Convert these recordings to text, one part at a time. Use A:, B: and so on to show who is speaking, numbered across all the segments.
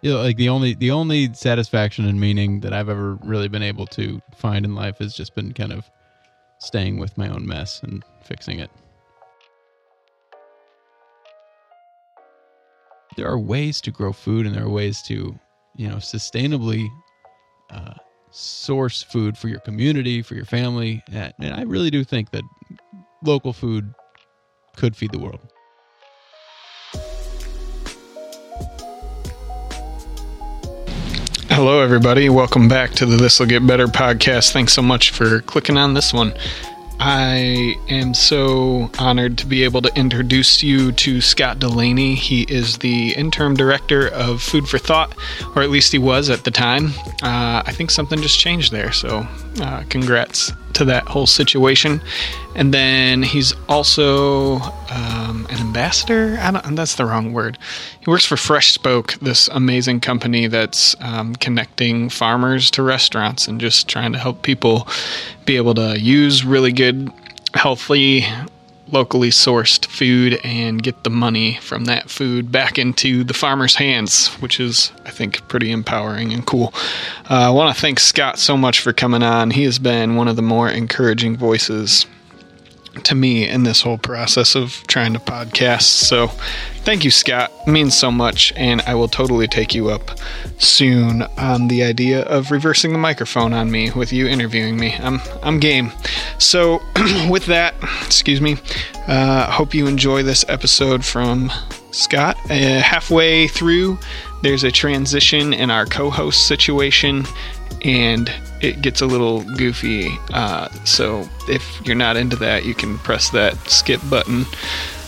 A: you know, like the only the only satisfaction and meaning that I've ever really been able to find in life has just been kind of staying with my own mess and fixing it. There are ways to grow food, and there are ways to, you know, sustainably uh, source food for your community, for your family, and and I really do think that local food could feed the world.
B: Hello, everybody. Welcome back to the This'll Get Better podcast. Thanks so much for clicking on this one. I am so honored to be able to introduce you to Scott Delaney. He is the interim director of Food for Thought, or at least he was at the time. Uh, I think something just changed there, so uh, congrats to that whole situation. And then he's also um, an ambassador. I don't, that's the wrong word. He works for Fresh Spoke, this amazing company that's um, connecting farmers to restaurants and just trying to help people be able to use really good, healthy, locally sourced food and get the money from that food back into the farmer's hands, which is, I think, pretty empowering and cool. Uh, I want to thank Scott so much for coming on. He has been one of the more encouraging voices to me in this whole process of trying to podcast. So thank you, Scott. It means so much, and I will totally take you up soon on the idea of reversing the microphone on me with you interviewing me. I'm I'm game. So with that, excuse me. Uh, hope you enjoy this episode from Scott. Uh, halfway through, there's a transition in our co-host situation and it gets a little goofy. Uh, so if you're not into that, you can press that skip button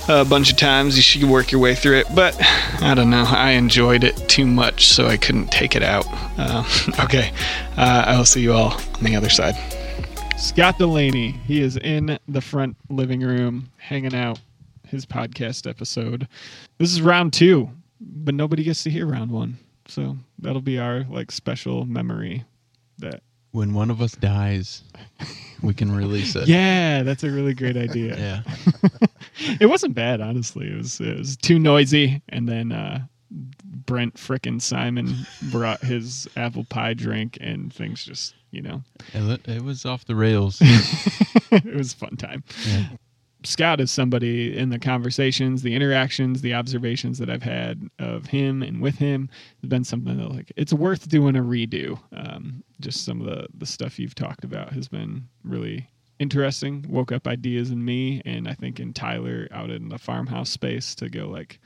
B: a bunch of times. You should work your way through it. But I don't know. I enjoyed it too much, so I couldn't take it out. Uh, okay. Uh, I'll see you all on the other side. Scott Delaney, he is in the front living room hanging out his podcast episode. This is round two, but nobody gets to hear round one. So that'll be our like special memory that
A: When one of us dies, we can release it.
B: yeah that's a really great idea
A: Yeah.
B: it wasn't bad honestly it was it was too noisy and then uh brent frickin' simon brought his apple pie drink and things just you know
A: And it- It was off the rails.
B: it was a fun time
A: Yeah.
B: Scott is somebody in the conversations, the interactions, the observations that I've had of him and with him has been something that like it's worth doing a redo. Um, just some of the the stuff you've talked about has been really interesting. Woke up ideas in me, and I think in Tyler out in the farmhouse space to go like.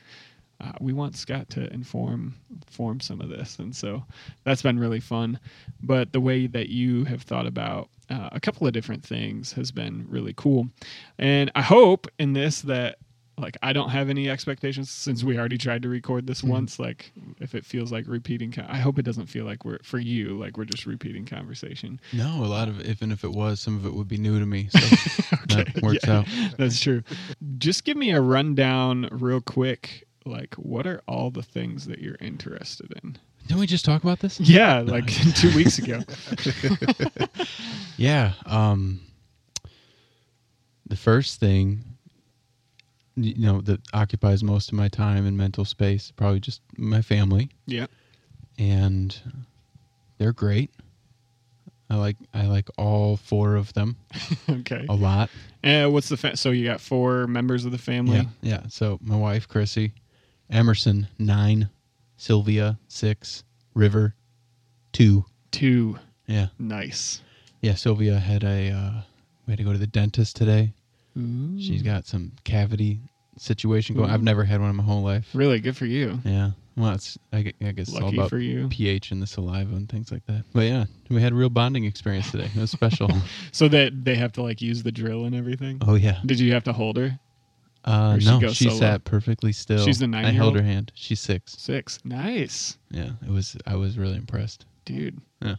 B: Uh, we want Scott to inform form some of this, and so that's been really fun. But the way that you have thought about uh, a couple of different things has been really cool. And I hope in this that like I don't have any expectations since we already tried to record
A: Mm-hmm.
B: this once. Like if it feels like repeating, con- I hope it doesn't feel like we're for you like we're just repeating conversation.
A: No, a lot of even if it was, some of it would be new to me. So that works
B: Yeah,
A: out.
B: That's true. Just give me a rundown real quick. Like, what are all the things that you're interested in?
A: Didn't we just talk about this?
B: Yeah, like two weeks ago.
A: Yeah. Um, the first thing, you know, that occupies most of my time and mental space, probably just my family,
B: Yeah.
A: and they're great. I like I like all four of them
B: Okay.
A: a lot.
B: And what's the fa- so you got four members of the family?
A: Yeah, yeah. So my wife Chrissy, Emerson nine, Sylvia six, River two.
B: Two.
A: Yeah,
B: Nice.
A: yeah. Sylvia had a uh, we had to go to the dentist today.
B: Ooh.
A: She's got some cavity situation going. I've never had one in my whole life.
B: Mm. really good for you.
A: Yeah. Well, it's I gue- I guess it's all
B: Lucky
A: about
B: for you.
A: pH and the saliva and things like that. But yeah, we had a real bonding experience today. It was special.
B: So that they have to like use the drill and everything.
A: oh yeah.
B: Did you have to hold her?
A: Uh,
B: Or she
A: no,
B: goes
A: she
B: solo.
A: sat perfectly still.
B: She's the
A: I held
B: nine-year-old?
A: her hand. She's six.
B: Six. Nice,
A: Yeah. It was. I was really impressed.
B: dude.
A: Yeah.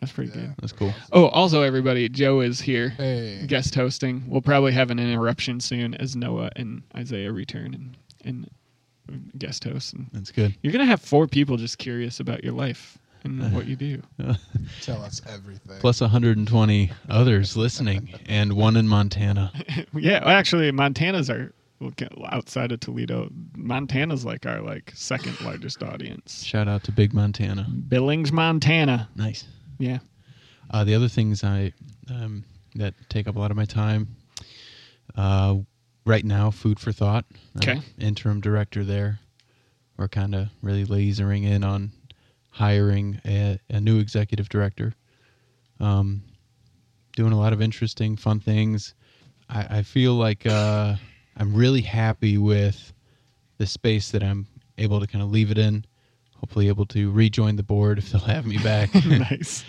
B: That's pretty good.
A: That's cool.
B: Oh, also everybody, Joe is here,
C: Hey.
B: guest hosting. We'll probably have an interruption soon as Noah and Isaiah return and and guest host. And
A: That's good.
B: you're gonna have four people just curious about your life and what you do.
C: Tell us everything.
A: Plus 120 others listening, and one in Montana.
B: yeah, well, actually, Montana's our outside of Toledo. Montana's like our like second largest audience.
A: Shout out to Big Montana.
B: Billings, Montana.
A: Nice.
B: Yeah.
A: Uh, the other things I um, that take up a lot of my time uh, right now, food for thought. I'm
B: Okay.
A: interim director there. We're kind of really lasering in on hiring a, a new executive director. Um, doing a lot of interesting, fun things. I, I feel like uh, I'm really happy with the space that I'm able to kind of leave it in. Hopefully, able to rejoin the board if they'll have me back.
B: nice.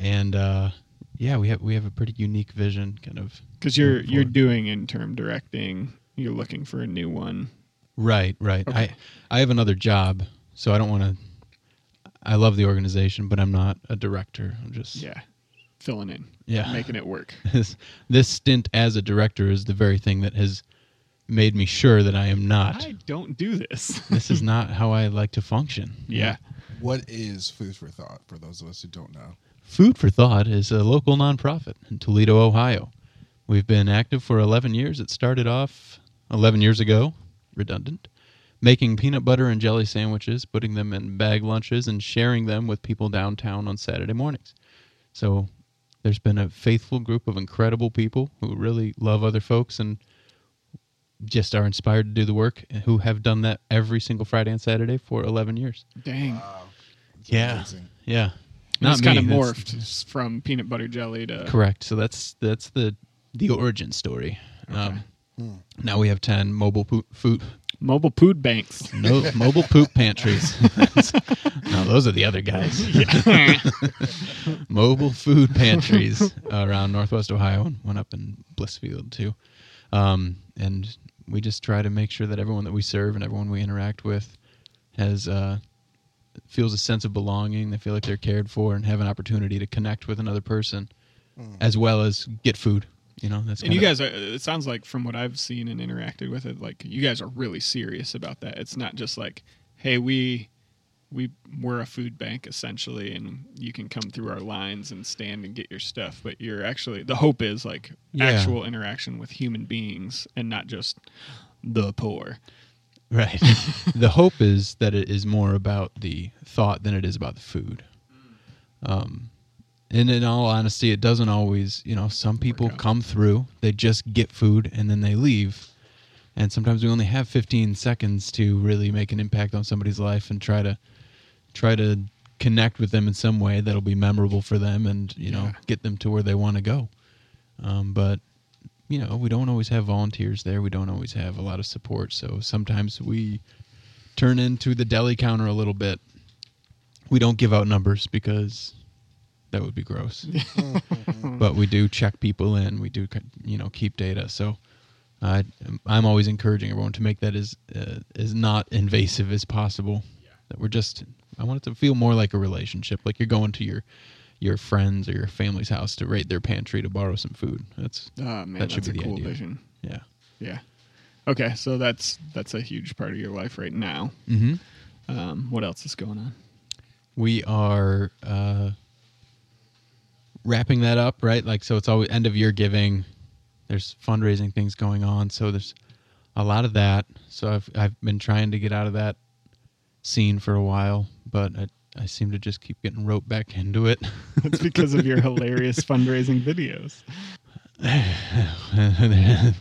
A: and uh, yeah, we have we have a pretty unique vision, kind of.
B: Because you're
A: Going
B: you're
A: forward.
B: doing interim directing. You're looking for a new one.
A: Right, right.
B: Okay.
A: I I have another job, so I don't want to. I love the organization, but I'm not a director. I'm just
B: Yeah. Filling in.
A: Yeah.
B: Making it work.
A: This, this stint as a director is the very thing that has made me sure that I am not.
B: I don't do this.
A: this is not how I like to function.
B: yeah.
C: What is Food for Thought for those of us who don't know?
A: Food for Thought is a local nonprofit in Toledo, Ohio. We've been active for 11 years. It started off 11 years ago, redundant, making peanut butter and jelly sandwiches, putting them in bag lunches, and sharing them with people downtown on Saturday mornings. So there's been a faithful group of incredible people who really love other folks and just are inspired to do the work, and who have done that every single Friday and Saturday for 11 years.
B: Dang.
C: It's
A: Yeah.
C: amazing.
A: Yeah.
B: it's kind of
A: me, that's-
B: morphed s- from peanut butter jelly to
A: Correct. So that's that's the the origin story. Um, Now we have ten mobile poop, food,
B: mobile food banks.
A: no, mobile poop pantries. no, those are the other guys. mobile food pantries around Northwest Ohio and one up in Blissfield too. Um, and we just try to make sure that everyone that we serve and everyone we interact with has uh, feels a sense of belonging. They feel like they're cared for and have an opportunity to connect with another person, as well as get food. You know, that's
B: And you
A: kinda-
B: guys, are, uh, it sounds like from what I've seen and interacted with it, like you guys are really serious about that. It's not just like, hey, we we we're a food bank essentially, and you can come through our lines and stand and get your stuff. But you're actually the hope is like
A: Yeah.
B: actual interaction with human beings and not just the poor.
A: Right. the hope is that it is more about the thought than it is about the food. Um, and in all honesty, it doesn't always, you know, some people
B: out.
A: come through, they just get food and then they leave. And sometimes we only have 15 seconds to really make an impact on somebody's life and try to try to connect with them in some way that'll be memorable for them and, you know,
B: Yeah.
A: get them to where they want to go. Um, but you know, we don't always have volunteers there. We don't always have a lot of support. So sometimes we turn into the deli counter a little bit. We don't give out numbers because that would be gross. but we do check people in. We do, you know, keep data. So I, I'm always encouraging everyone to make that as uh, as not invasive as possible. That we're just, I want it to feel more like a relationship. Like you're going to your your friends or your family's house to raid their pantry to borrow some food. That's
B: Ah man,
A: That should
B: that's a
A: be the
B: cool
A: idea.
B: vision.
A: yeah.
B: Yeah. Okay, so that's that's a huge part of your life right now.
A: Mm-hmm.
B: Um, what else is going on?
A: We are uh, wrapping that up, right? Like, so it's always end of year giving. There's fundraising things going on, so there's a lot of that. So I've I've been trying to get out of that scene for a while, but I I seem to just keep getting roped back into it.
B: It's because of your hilarious fundraising videos.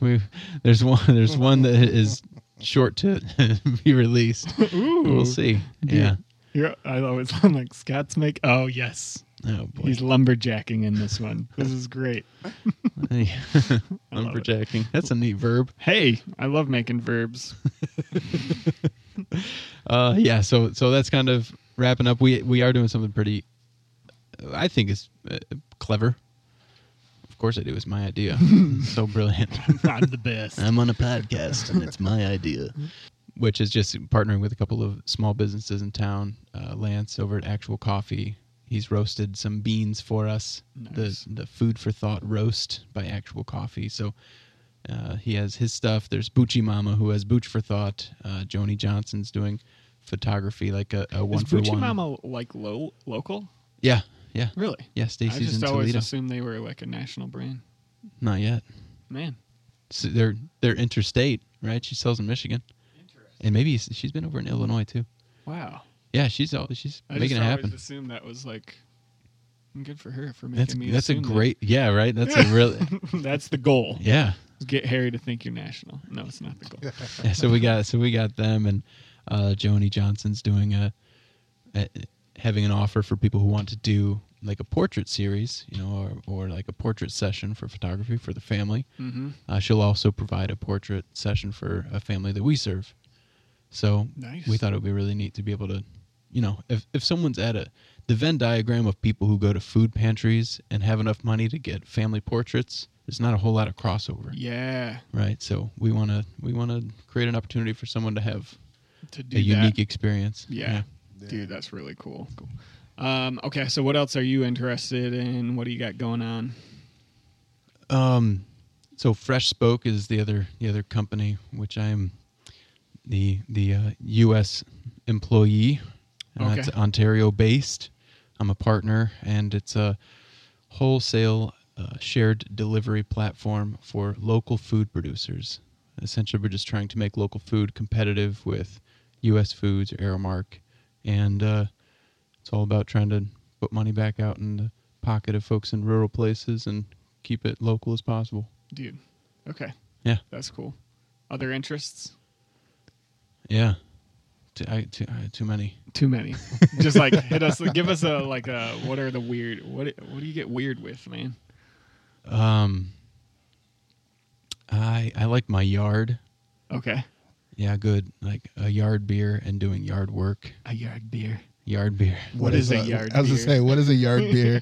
A: We've- there's one there's one that is short to be released.
B: Ooh.
A: We'll see. Yeah.
B: You're, I always I'm like Scott's make. Oh yes,
A: Oh boy.
B: he's lumberjacking in this one. This is great.
A: I'm projecting. That's a neat verb.
B: Hey, I love making verbs.
A: Uh, yeah. So so that's kind of wrapping up. We we are doing something pretty. I think is uh, clever. Of course, I do. It's my idea. It's so brilliant.
B: I'm the best.
A: I'm on a podcast, and it's my idea. Which is just partnering with a couple of small businesses in town. Uh, Lance over at Actual Coffee, he's roasted some beans for us.
B: Nice.
A: The the food for thought roast by Actual Coffee. So uh, he has his stuff. There's Bucci Mama who has Booch for Thought. Uh, Joni Johnson's doing photography like a, a one
B: is
A: for
B: Bucci
A: one.
B: Mama like lo- local?
A: Yeah, yeah,
B: Really?
A: yeah.
B: I
A: Stacy's
B: just
A: in
B: always
A: Toledo.
B: assumed they were like a national brand.
A: Not yet.
B: Man,
A: So they're they're interstate, right? She sells in Michigan. and maybe s- she's been over in Illinois too.
B: Wow.
A: Yeah, she's all, she's
B: I
A: making
B: just
A: it
B: always
A: happen.
B: assumed that was like good for her for making
A: That's
B: me.
A: that's a
B: assume that.
A: great yeah right. That's a really
B: that's the goal.
A: yeah.
B: is Get Harry to think you're national. No, it's not the goal.
A: yeah. So we got so we got them and uh, Joni Johnson's doing a, a having an offer for people who want to do like a portrait series, you know, or, or like a portrait session for photography for the family.
B: mm-hmm.
A: Uh, she'll also provide a portrait session for a family that we serve. So
B: Nice.
A: we thought it would be really neat to be able to, you know, if, if someone's at a the Venn diagram of people who go to food pantries and have enough money to get family portraits, there's not a whole lot of crossover,
B: yeah,
A: right? So we want to we want to create an opportunity for someone to have
B: to do
A: a
B: that.
A: unique experience.
B: yeah.
C: Yeah.
B: dude, that's really cool. Cool. Um, okay, so what else are you interested in? What do you got going on?
A: Yeah. Um, so Fresh Spoke is the other the other company which I am the the uh, U.S. employee. Uh,
B: Okay.
A: It's Ontario based. I'm a partner, and it's a wholesale uh, shared delivery platform for local food producers. Essentially, we're just trying to make local food competitive with U.S. foods or Aramark, and uh, it's all about trying to put money back out in the pocket of folks in rural places and keep it local as possible.
B: Dude, okay.
A: Yeah.
B: That's cool. Other interests?
A: Yeah, too, I, too, I, too many.
B: Too many. Just like hit us, give us a like a what are the weird? What what do you get weird with, man?
A: Um, I I like my yard.
B: Okay,
A: Yeah, good. Like a yard beer and doing yard work.
B: a yard beer.
A: Yard beer.
B: What is a yard
C: I was
B: beer?
C: gonna say, what is a yard beer?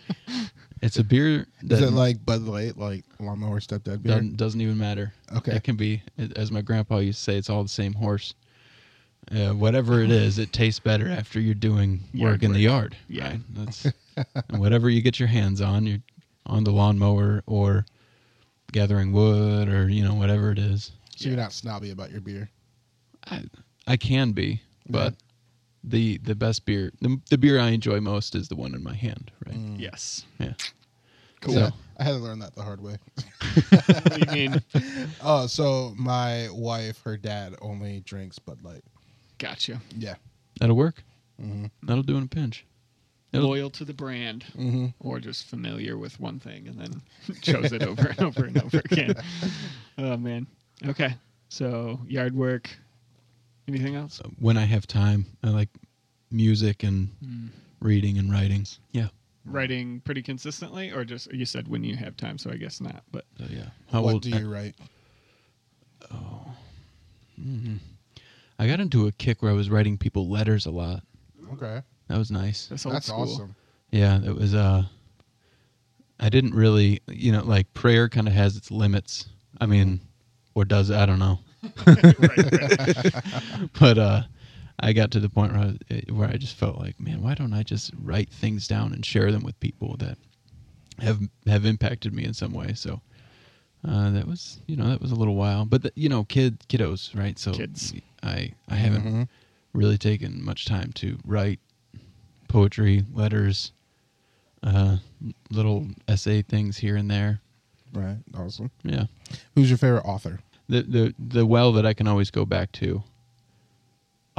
A: It's a beer that
C: Is it like Bud Light, like lawnmower stepdad beer?
A: doesn't, doesn't even matter.
C: Okay.
A: It can be, as my grandpa used to say, it's all the same horse. Uh, whatever it is, it tastes better after you're doing
B: Yard
A: work in the
B: work.
A: yard.
B: Yeah.
A: right? That's, and whatever you get your hands on, you're on the lawnmower or gathering wood or, you know, whatever it is.
C: So you're not snobby about your beer.
A: I, I can be, but the the best beer, the, the beer I enjoy most is the one in my hand, right?
C: Hmm.
B: Yes.
A: Yeah.
C: Cool.
A: So-
C: I had to learn that the hard way.
B: What do you mean?
C: Oh, so my wife, her dad only drinks Bud Light.
B: Gotcha.
C: Yeah.
A: That'll work.
B: Mm-hmm.
C: Mhm.
A: That'll do in a pinch. It'll-
B: Loyal to the brand,
C: Mm-hmm.
B: or just familiar with one thing and then chose it over and over and over again. Oh man. Okay. So yard work. Anything else?
A: So when I have time, I like music and
B: Mm.
A: reading and writing. Hmm. Yeah.
B: Writing pretty consistently, or just you said when you have time, so I guess not. But
A: So yeah. How
C: what
A: old
C: do you write?
A: I, I got into a kick where I was writing people letters a lot.
C: Okay.
A: That was nice.
B: that's old
C: That's
B: school.
C: awesome.
A: Yeah, it was uh I didn't really, you know, like prayer kind of has its limits. I mean, or does it? I don't know.
B: right, right.
A: but uh I got to the point where I, where I just felt like, man, why don't I just write things down and share them with people that have have impacted me in some way? So uh, that was, you know, that was a little while, but the, you know, kid kiddos, right? So
B: Kids.
A: I I haven't
C: Mhm.
A: really taken much time to write poetry, letters, uh, little essay things here and there.
C: Right. Awesome.
A: Yeah,
C: Who's your favorite author?
A: the the the well that I can always go back to.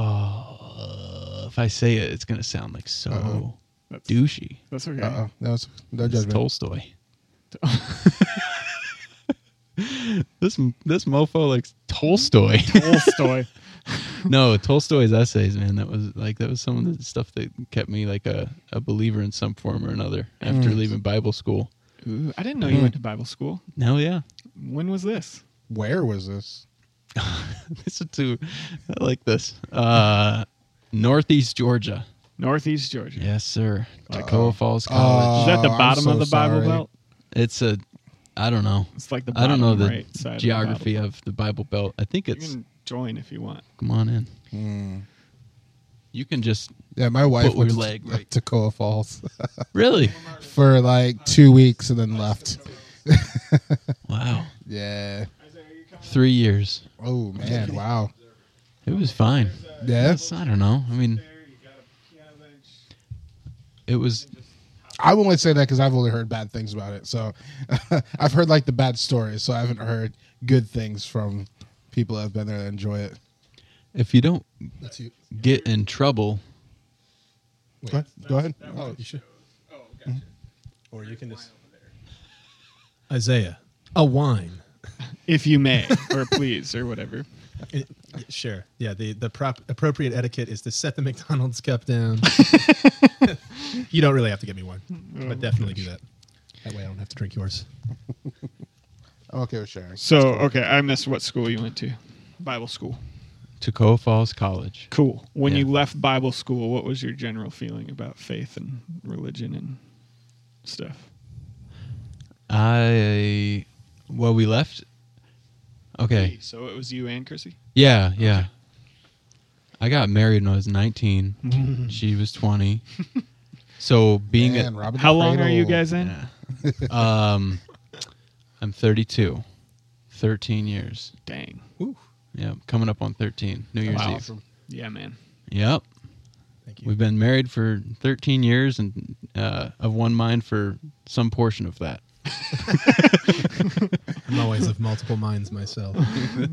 A: Oh, if I say it, it's gonna sound like so
C: Uh-oh.
B: That's,
A: douchey.
B: that's okay.
C: Uh oh. That was no
A: It's
C: judgment.
A: Tolstoy. this this mofo likes Tolstoy.
B: Tolstoy.
A: no, Tolstoy's essays, man. That was like that was some of the stuff that kept me like a, a believer in some form or another after
C: Mm.
A: leaving Bible school.
B: Ooh, I didn't know
C: Mm-hmm.
B: you went to Bible school.
A: Hell yeah.
B: When was this?
C: Where was this?
A: this is too I like this. Uh Northeast Georgia.
B: Northeast Georgia.
A: Yes, sir. Tacoma Falls
B: Is
A: College.
B: that the
C: Oh, I'm
B: bottom
C: so
B: of the Bible
C: sorry.
B: Belt?
A: it's a I don't know.
B: It's like the
A: I don't
B: bottom
A: know the
B: right side of the Bible
A: geography
B: Belt.
A: of the Bible Belt. I think it's
B: You can join if you want.
A: come on in.
C: Hmm.
A: You can just
C: Yeah, my wife
A: Put
C: went
A: your
C: to
A: leg right.
C: Tacoma Falls
A: really
C: for like two weeks and then left.
A: wow.
C: Yeah.
A: Three years.
C: Oh man! Wow.
A: It was fine.
C: Yeah.
A: It's- I don't know. I mean, it was
C: I will only say that because I've only heard bad things about it. So I've heard like the bad stories. So I haven't heard good things from people that have been there that enjoy it.
A: if you don't
D: That's you.
A: get in trouble,
D: Wait,
C: Go ahead. Go ahead.
D: Oh,
C: Oh,
D: you should. Or you can just. Isaiah, a wine.
B: if you may, or please, or whatever.
D: It- sure. Yeah. The the prop, appropriate etiquette is to set the McDonald's cup down. you don't really have to get me one, but definitely do that. That way, I don't have to drink yours.
C: I'm Oh, okay with sharing.
B: So, okay, I missed what school you went to. Bible school.
A: Toccoa Falls College.
B: Cool. When
A: Yeah.
B: you left Bible school, what was your general feeling about faith and religion and stuff?
A: I well, we left. Okay,
B: So it was you and Chrissy?
A: yeah, yeah. I got married when I was 19. she was 20. So being
C: Man, Robin
B: How
C: the
B: long are you
C: Cradle.
B: guys
A: a,
B: in?
A: yeah. um, I'm 32, 13 years.
B: Dang.
A: Yeah, coming up on 13, New Year's
B: Wow.
A: Eve.
B: Yeah, man.
A: Yep.
D: Thank you.
A: We've been married for 13 years and uh, of one mind for some portion of that.
D: I'm always of multiple minds myself.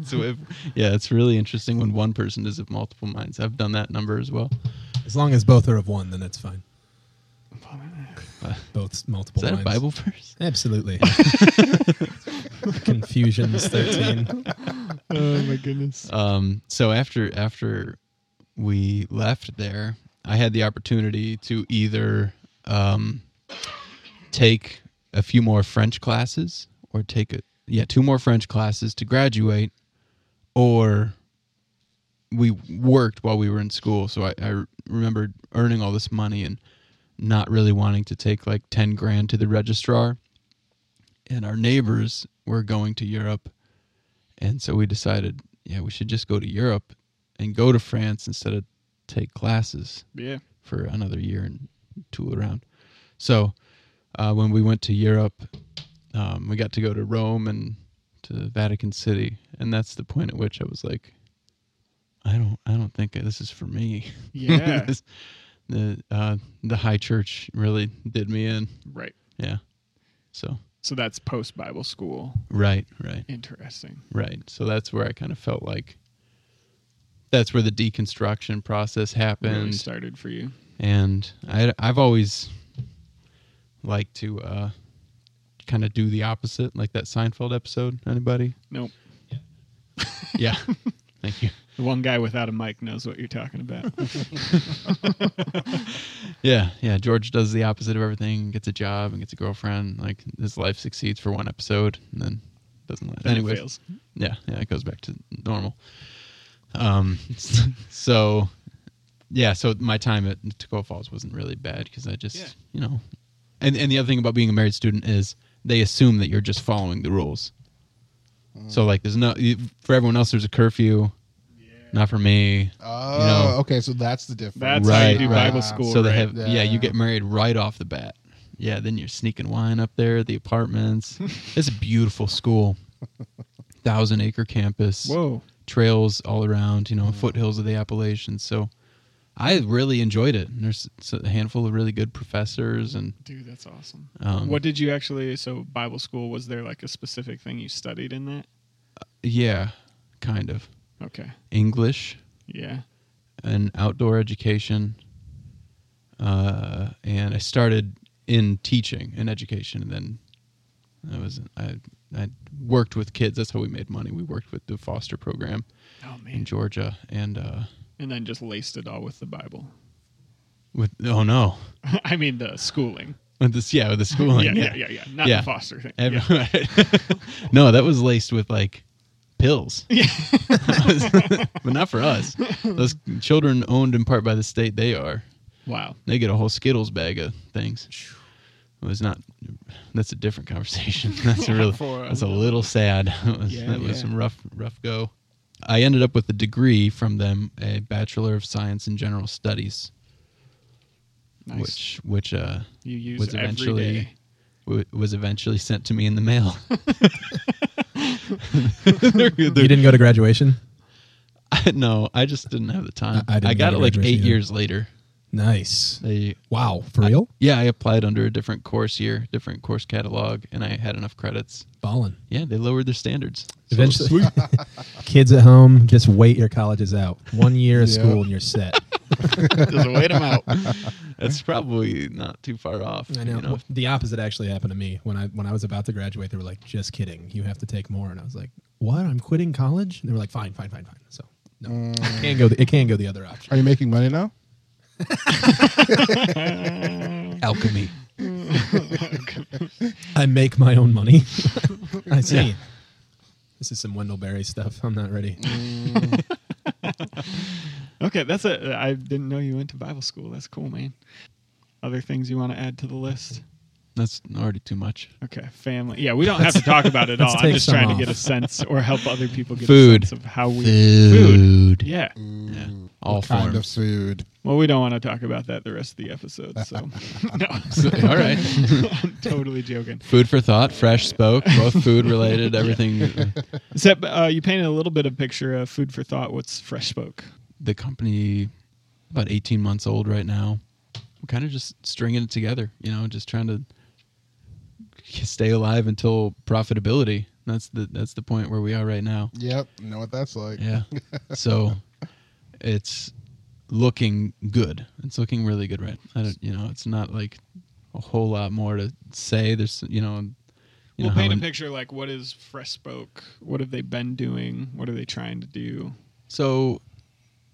A: so if, yeah, it's really interesting when one person is of multiple minds. I've done that number as well.
D: As long as both are of one, then it's fine. Both multiple
A: Is that a
D: minds.
A: Bible verse?
D: Absolutely. Confusions 13.
B: Oh, my goodness.
A: Um, so after after we left there, I had the opportunity to either um, take a few more French classes or take a, yeah two more French classes to graduate, or we worked while we were in school. So I, I remember earning all this money and not really wanting to take like ten grand to the registrar. And our neighbors were going to Europe and so we decided, yeah, we should just go to Europe and go to France instead of take classes
B: Yeah.
A: for another year and tool around. So uh, when we went to Europe, um, we got to go to Rome and to Vatican City, and that's the point at which I was like, I don't, I don't think this is for me.
B: Yeah.
A: This- the uh, the high church really did me in.
B: right.
A: Yeah. So
B: So that's post Bible school.
A: right, right.
B: Interesting.
A: Right. So that's where I kind of felt like that's where the deconstruction process happened.
B: really started for you.
A: and I, I've always liked to uh, kind of do the opposite, like that Seinfeld episode. Anybody?
B: Nope.
A: Yeah. Thank you.
B: The one guy without a mic knows what you're talking about.
A: Yeah. Yeah. George does the opposite of everything, gets a job and gets a girlfriend. Like his life succeeds for one episode and then doesn't let
B: Then it
A: Anyways.
B: fails.
A: yeah yeah it goes back to normal um so yeah so my time at Tacoma Falls wasn't really bad because I just
B: Yeah.
A: you know and and the other thing about being a married student is they assume that you're just following the rules so
B: Mm.
A: like there's no for everyone else there's a curfew not for me
C: Oh,
A: know.
C: okay. So that's the difference.
B: That's how
A: Right,
B: you do
A: right.
B: Bible school.
A: so they
B: right?
A: have yeah. you
C: Yeah.
A: get married right off the bat yeah then you're sneaking wine up there at the apartments it's a beautiful school thousand acre campus
B: Whoa.
A: trails all around, you know,
B: Mm-hmm.
A: foothills of the Appalachians. So I really enjoyed it. And there's s- a handful of really good professors and
B: Dude, that's awesome.
A: um,
B: what did you actually? So, Bible school was there like a specific thing you studied in that?
A: Yeah, kind of
B: Okay,
A: English
B: yeah,
A: and outdoor education. Uh, and I started in teaching and education, and then I was I I worked with kids. That's how we made money. We worked with the foster program
B: oh
A: in
B: man,
A: Georgia, and uh,
B: and then just laced it all with the Bible.
A: with oh no,
B: I mean, the schooling.
A: with this yeah with the schooling
B: yeah, yeah, yeah, yeah, not
A: Oh, Yeah.
B: the foster thing.
A: Every-
B: yeah.
A: no, that was laced with like pills. but not for us. Those children owned in part by the state, they are.
B: Wow,
A: They get a whole Skittles bag of things. It was not. That's a different conversation. That's a real.
B: For-
A: that's a little sad. That was,
B: Yeah,
A: that was
B: yeah.
A: some rough, rough go. I ended up with a degree from them, a Bachelor of Science in General Studies,
B: nice.
A: which which uh,
B: you use
A: was
B: every day.
A: eventually w- was eventually sent to me in the mail.
D: You didn't go to graduation?
A: I, no, I just didn't have the time.
D: I- I
A: I,
D: didn't
A: got it
D: go to
A: like
D: graduation
A: eight
D: either.
A: years later.
D: Nice.
A: They
D: Wow. For real?
A: yeah, I applied under a different course year, different course catalog, and I had enough credits.
D: Ballin'.
A: Yeah, they lowered their standards. So
D: Eventually, kids at home, just wait your college is out. One year of
C: Yeah.
D: school and you're set.
B: Just wait them out.
A: that's probably not too far off.
D: I
A: you
D: know. Well, The opposite actually happened to me when I when I was about to graduate. They were like, "Just kidding, you have to take more." And I was like, "What? I'm quitting college?" And they were like, "Fine, fine, fine, fine." So no, it can go. The, it can go the other option.
C: Are you making money now?
A: alchemy.
D: I make my own money. I see. This is some Wendell Berry stuff. I'm not ready.
A: Mm.
B: Okay, that's a. I didn't know you went to Bible school. That's cool, man. Other things you want to add to the list?
A: That's already too much.
B: Okay, family. Yeah, we don't have to talk about it
D: let's
B: all. I'm
D: take
B: just
D: some
B: trying
D: off.
B: to get a sense or help other people get
A: Food.
B: a sense of how we food. Yeah.
A: Yeah. All
C: kind of
A: forms.
C: food.
B: Well, we don't want to talk about that the rest of the episode. So, no,
A: All right.
B: I'm totally joking.
A: Food for thought, fresh spoke, both food related, everything.
B: Except uh, you painted a little bit of picture of food for thought. What's fresh spoke?
A: The company, about 18 months old right now. We're kind of just stringing it together, you know, just trying to stay alive until profitability. That's the that's the point where we are right now.
C: Yep. You know what that's like.
A: Yeah. So it's looking good. It's looking really good, right? I don't, you know, it's not like a whole lot more to say. There's, you know, you know
B: We'll
A: how
B: paint a
A: in-
B: picture like what is fresh spoke? What have they been doing? What are they trying to do?
A: So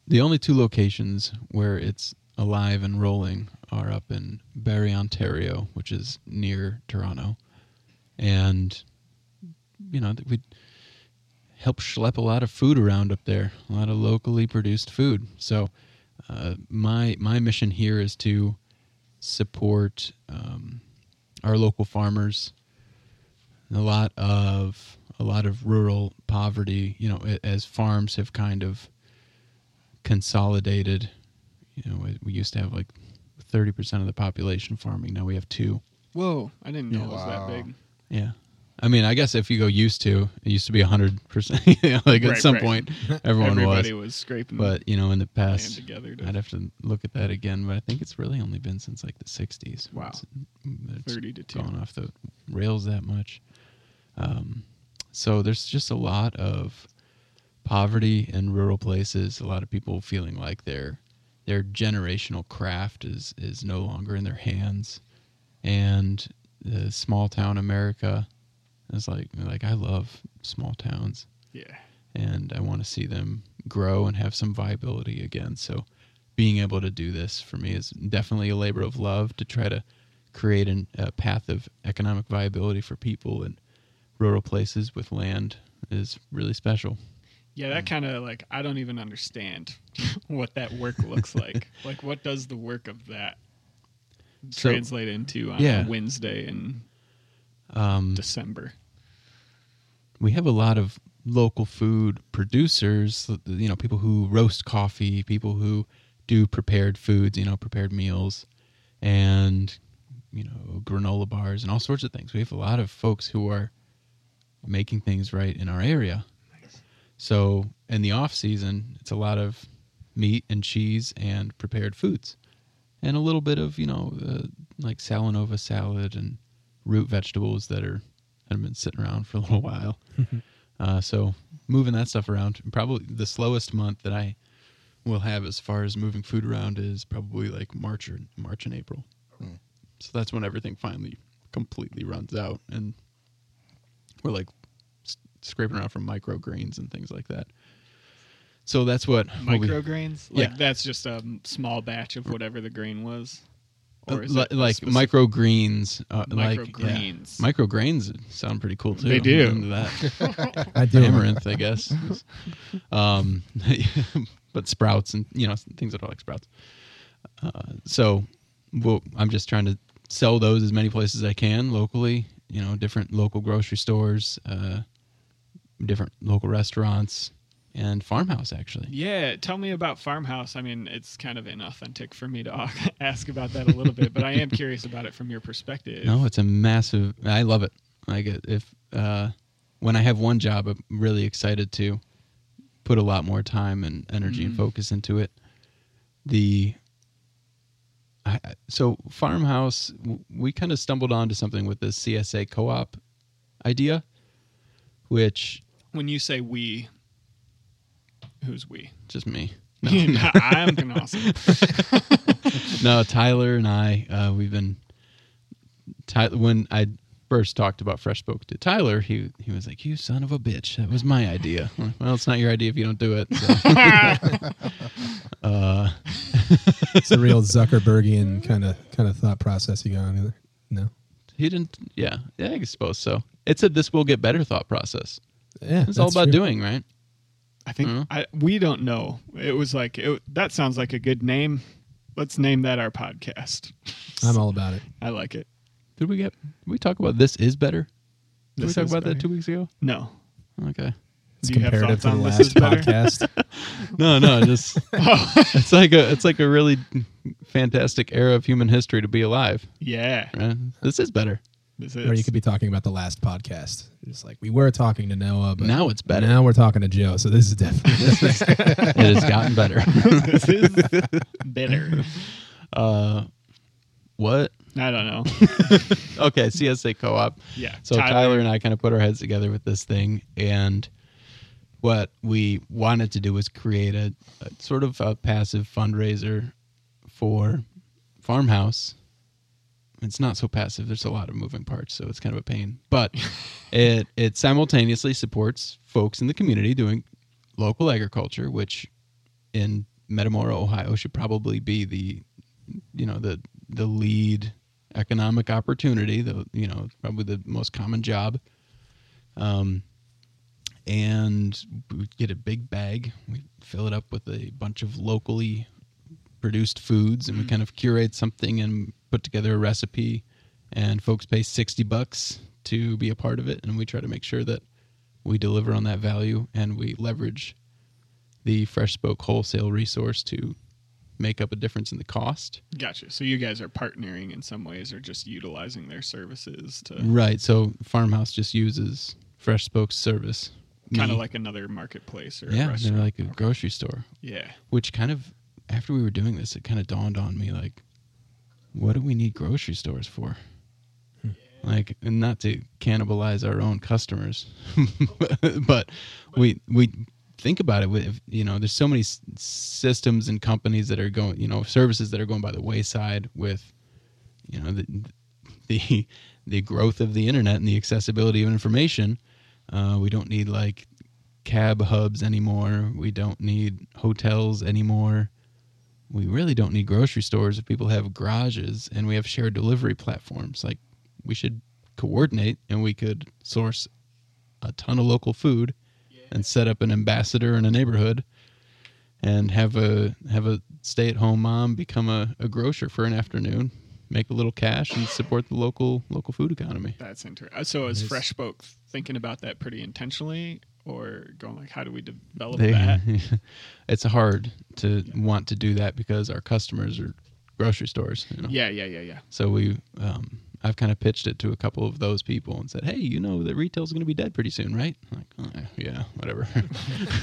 A: the only two locations where it's alive and rolling are up in Barrie, Ontario, which is near Toronto. And you know, we help schlep a lot of food around up there, a lot of locally produced food. So uh, my my mission here is to support um, our local farmers a lot of a lot of rural poverty you know a- as farms have kind of consolidated you know we- we used to have like 30% of the population farming now we have 2
B: Whoa, I didn't know it was
C: Wow.
B: that big.
A: yeah i mean i guess if you go used to it used to be 100% you know, like at
B: Right,
A: some
B: right.
A: point everyone
B: Everybody
A: was
B: was, scraping
A: but you know in the
B: land
A: past
B: together
A: i'd
B: to
A: have to look at that again but i think it's really only been since like the 60s
B: Wow.
A: It's- it's
B: thirty to two.
A: going off the rails that much. Um, so there's just a lot of poverty in rural places. A lot of people feeling like their their generational craft is is no longer in their hands, and the small town America is like like I love small towns
B: Yeah.
A: and I want to see them grow and have some viability again. So being able to do this for me is definitely a labor of love to try to create an, a path of economic viability for people in rural places with land is really special.
B: Yeah, that kind of like I don't even understand what that work looks like. like, what does the work of that
A: So-
B: translate into on
A: Yeah.
B: a Wednesday in
A: Um,
B: December?
A: we have a lot of local food producers, you know, people who roast coffee, people who do prepared foods, you know, prepared meals and you know, granola bars and all sorts of things. We have a lot of folks who are making things right in our area. So, in the off season, it's a lot of meat and cheese and prepared foods. And a little bit of, you know, uh, like Salanova salad and root vegetables that are that have been sitting around for a little while. Uh, so moving that stuff around, probably the slowest month that I will have as far as moving food around is probably like March or March and April. So that's when everything finally completely runs out, and we're like s- scraping around from microgreens and things like that. So that's what what we-
B: Micrograins? Like
A: Yeah.
B: that's just a small batch of whatever the grain was.
A: uh,
B: is
A: li-
B: it a
A: like
B: specific-
A: microgreens, uh, like yeah.
B: Microgreens.
A: microgreens sound pretty cool too.
B: They
A: I'm
B: do.
A: into that.
D: I do.
A: amaranth, I guess. um, but sprouts and you know things that are like sprouts. Uh, so, well, I'm just trying to sell those as many places as I can locally. You know, different local grocery stores, uh, different local restaurants, and farmhouse actually.
B: Yeah, tell me about Farmhouse. I mean, it's kind of inauthentic for me to ask about that a little bit, but I am curious about it from your perspective.
A: No, it's a massive. I love it. Like it- if uh, when I have one job, I'm really excited to put a lot more time and energy and focus into it. The I, I- so farmhouse, w- we kind of stumbled onto something with this CSA co-op idea, which
B: When you say we, who's we?
A: just me.
B: I'm Gnostic.
A: No, Tyler and I, uh, we've been. Ty- when I first talked about Fresh Book to Tyler, he he was like, "You son of a bitch! That was my idea." I'm like, well, it's not your idea if you don't do it. So. uh,
D: It's a real Zuckerbergian kind of kind of thought process you got on there. No.
A: he didn't. Yeah, yeah, I suppose so. It's a this will get better thought process.
D: Yeah.
A: It's all
D: that's
A: about
D: true.
A: doing right.
B: I think
A: Mhm.
B: I, we don't know. It was like it, that sounds like a good name. Let's name that our podcast.
D: I'm all about it.
B: I like it.
A: Did we get? Did we talk about this is better? Did
B: This
A: we talk
B: is
A: about
B: better.
A: that two weeks ago?
B: No.
A: Okay.
D: It's
B: Do you have thoughts
D: comparative to the
B: on
D: last
B: this is better?
D: podcast.
A: No, no, just
B: Oh,
A: it's like a it's like a really fantastic era of human history to be alive.
B: yeah.
A: Right? This is better.
B: This
D: or you
B: is-
D: could be talking about the last podcast. Just like we were talking to Noah, but
A: Now it's better.
D: Now we're talking to Joe, so this is definitely
A: it has gotten better.
B: this is bitter.
A: Uh, what?
B: I don't know.
A: Okay, CSA co-op.
B: Yeah.
A: So Tyler, and I kind of put our heads together with this thing, and what we wanted to do was create a, a sort of a passive fundraiser for farmhouse. It's not so passive. There's a lot of moving parts, so it's kind of a pain. But it it simultaneously supports folks in the community doing local agriculture, which in Metamora, Ohio, should probably be the you know the the lead economic opportunity the you know probably the most common job um and we get a big bag we fill it up with a bunch of locally produced foods and we kind of curate something and put together a recipe and folks pay 60 bucks to be a part of it and we try to make sure that we deliver on that value and we leverage the fresh spoke wholesale resource to make up a difference in the cost
B: Gotcha. So you guys are partnering in some ways, or just utilizing their services to
D: Mm-hmm.
A: Right. So farmhouse just uses Fresh Spoke's service,
B: kind
A: Me.
B: of like another marketplace or a
A: yeah, they're
B: restaurant.
A: like a grocery store.
B: yeah.
A: Which kind of after we were doing this, it kind of dawned on me like, what do we need grocery stores for? Like, and not to cannibalize our own customers, but we we think about it. with- If, you know, there's so many s- systems and companies that are going, you know, services that are going by the wayside with, you know, the the the growth of the internet and the accessibility of information. Uh, we don't need like cab hubs anymore. We don't need hotels anymore. We really don't need grocery stores if people have garages and we have shared delivery platforms. Like we should coordinate and we could source a ton of local food and set up an ambassador in a neighborhood and have a have a stay at home mom become a, a grocer for an afternoon, make a little cash and support the local local food economy.
B: That's interesting. So is
D: Nice.
B: Fresh Spoke thinking about that pretty intentionally, or going like, how do we develop
A: They-
B: that?
A: it's hard to want to do that because our customers are grocery stores. You know?
B: Yeah, yeah, yeah, yeah.
A: So we, um, I've kind of pitched it to a couple of those people and said, "Hey, you know that retail's going to be dead pretty soon, right?" I'm like, "Oh, yeah, whatever.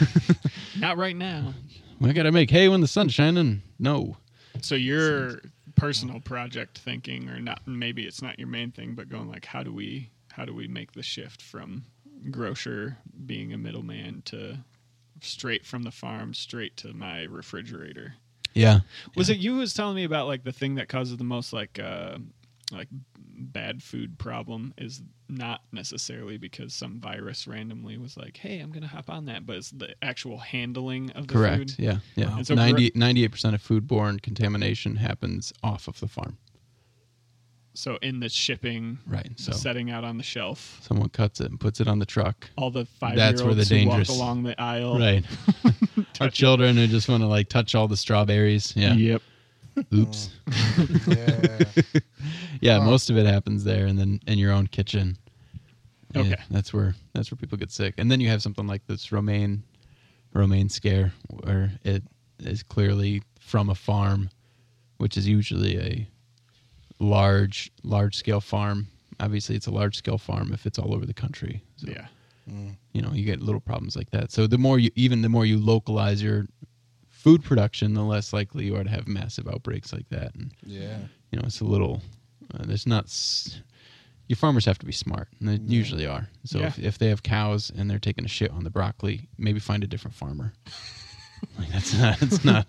B: Not right now.
A: we got to make hay when the sun's shining. No,
B: So your personal project thinking, or not? Maybe it's not your main thing, but going like, how do we, how do we make the shift from grocer being a middleman to straight from the farm straight to my refrigerator?
A: yeah,
B: Was it you who was telling me about like the thing that causes the most like uh like bad food problem is not necessarily because some virus randomly was like, "Hey, I'm going to hop on that," but it's the actual handling of the
A: correct,
B: food.
A: yeah, yeah.
B: And so gro-
A: 98 percent of foodborne contamination happens off of the farm,
B: So in the shipping,
A: right? So
B: setting out on the shelf,
A: someone cuts it and puts it on the truck,
B: all the five year
A: That's where the
B: olds who walk
A: dangerous-
B: along the aisle,
A: right? Our children who just want to like touch all the strawberries, yeah.
B: Yep.
A: Oops,
C: Yeah.
B: Um,
A: yeah. Most of it happens there, and then in your own kitchen.
B: Okay.
A: Yeah, that's where that's where people get sick. And then you have something like this romaine romaine scare where it is clearly from a farm, which is usually a large large scale farm. Obviously it's a large scale farm if it's all over the country. So,
B: Yeah.
A: You know, you get little problems like that. So the more you even the more you localize your food production, the less likely you are to have massive outbreaks like that. And
C: Yeah.
A: you know, it's a little. Uh, there's not. S- your farmers have to be smart, and they usually are. So if, if they have cows and they're taking a shit on the broccoli, maybe find a different farmer. like that's not. That's not.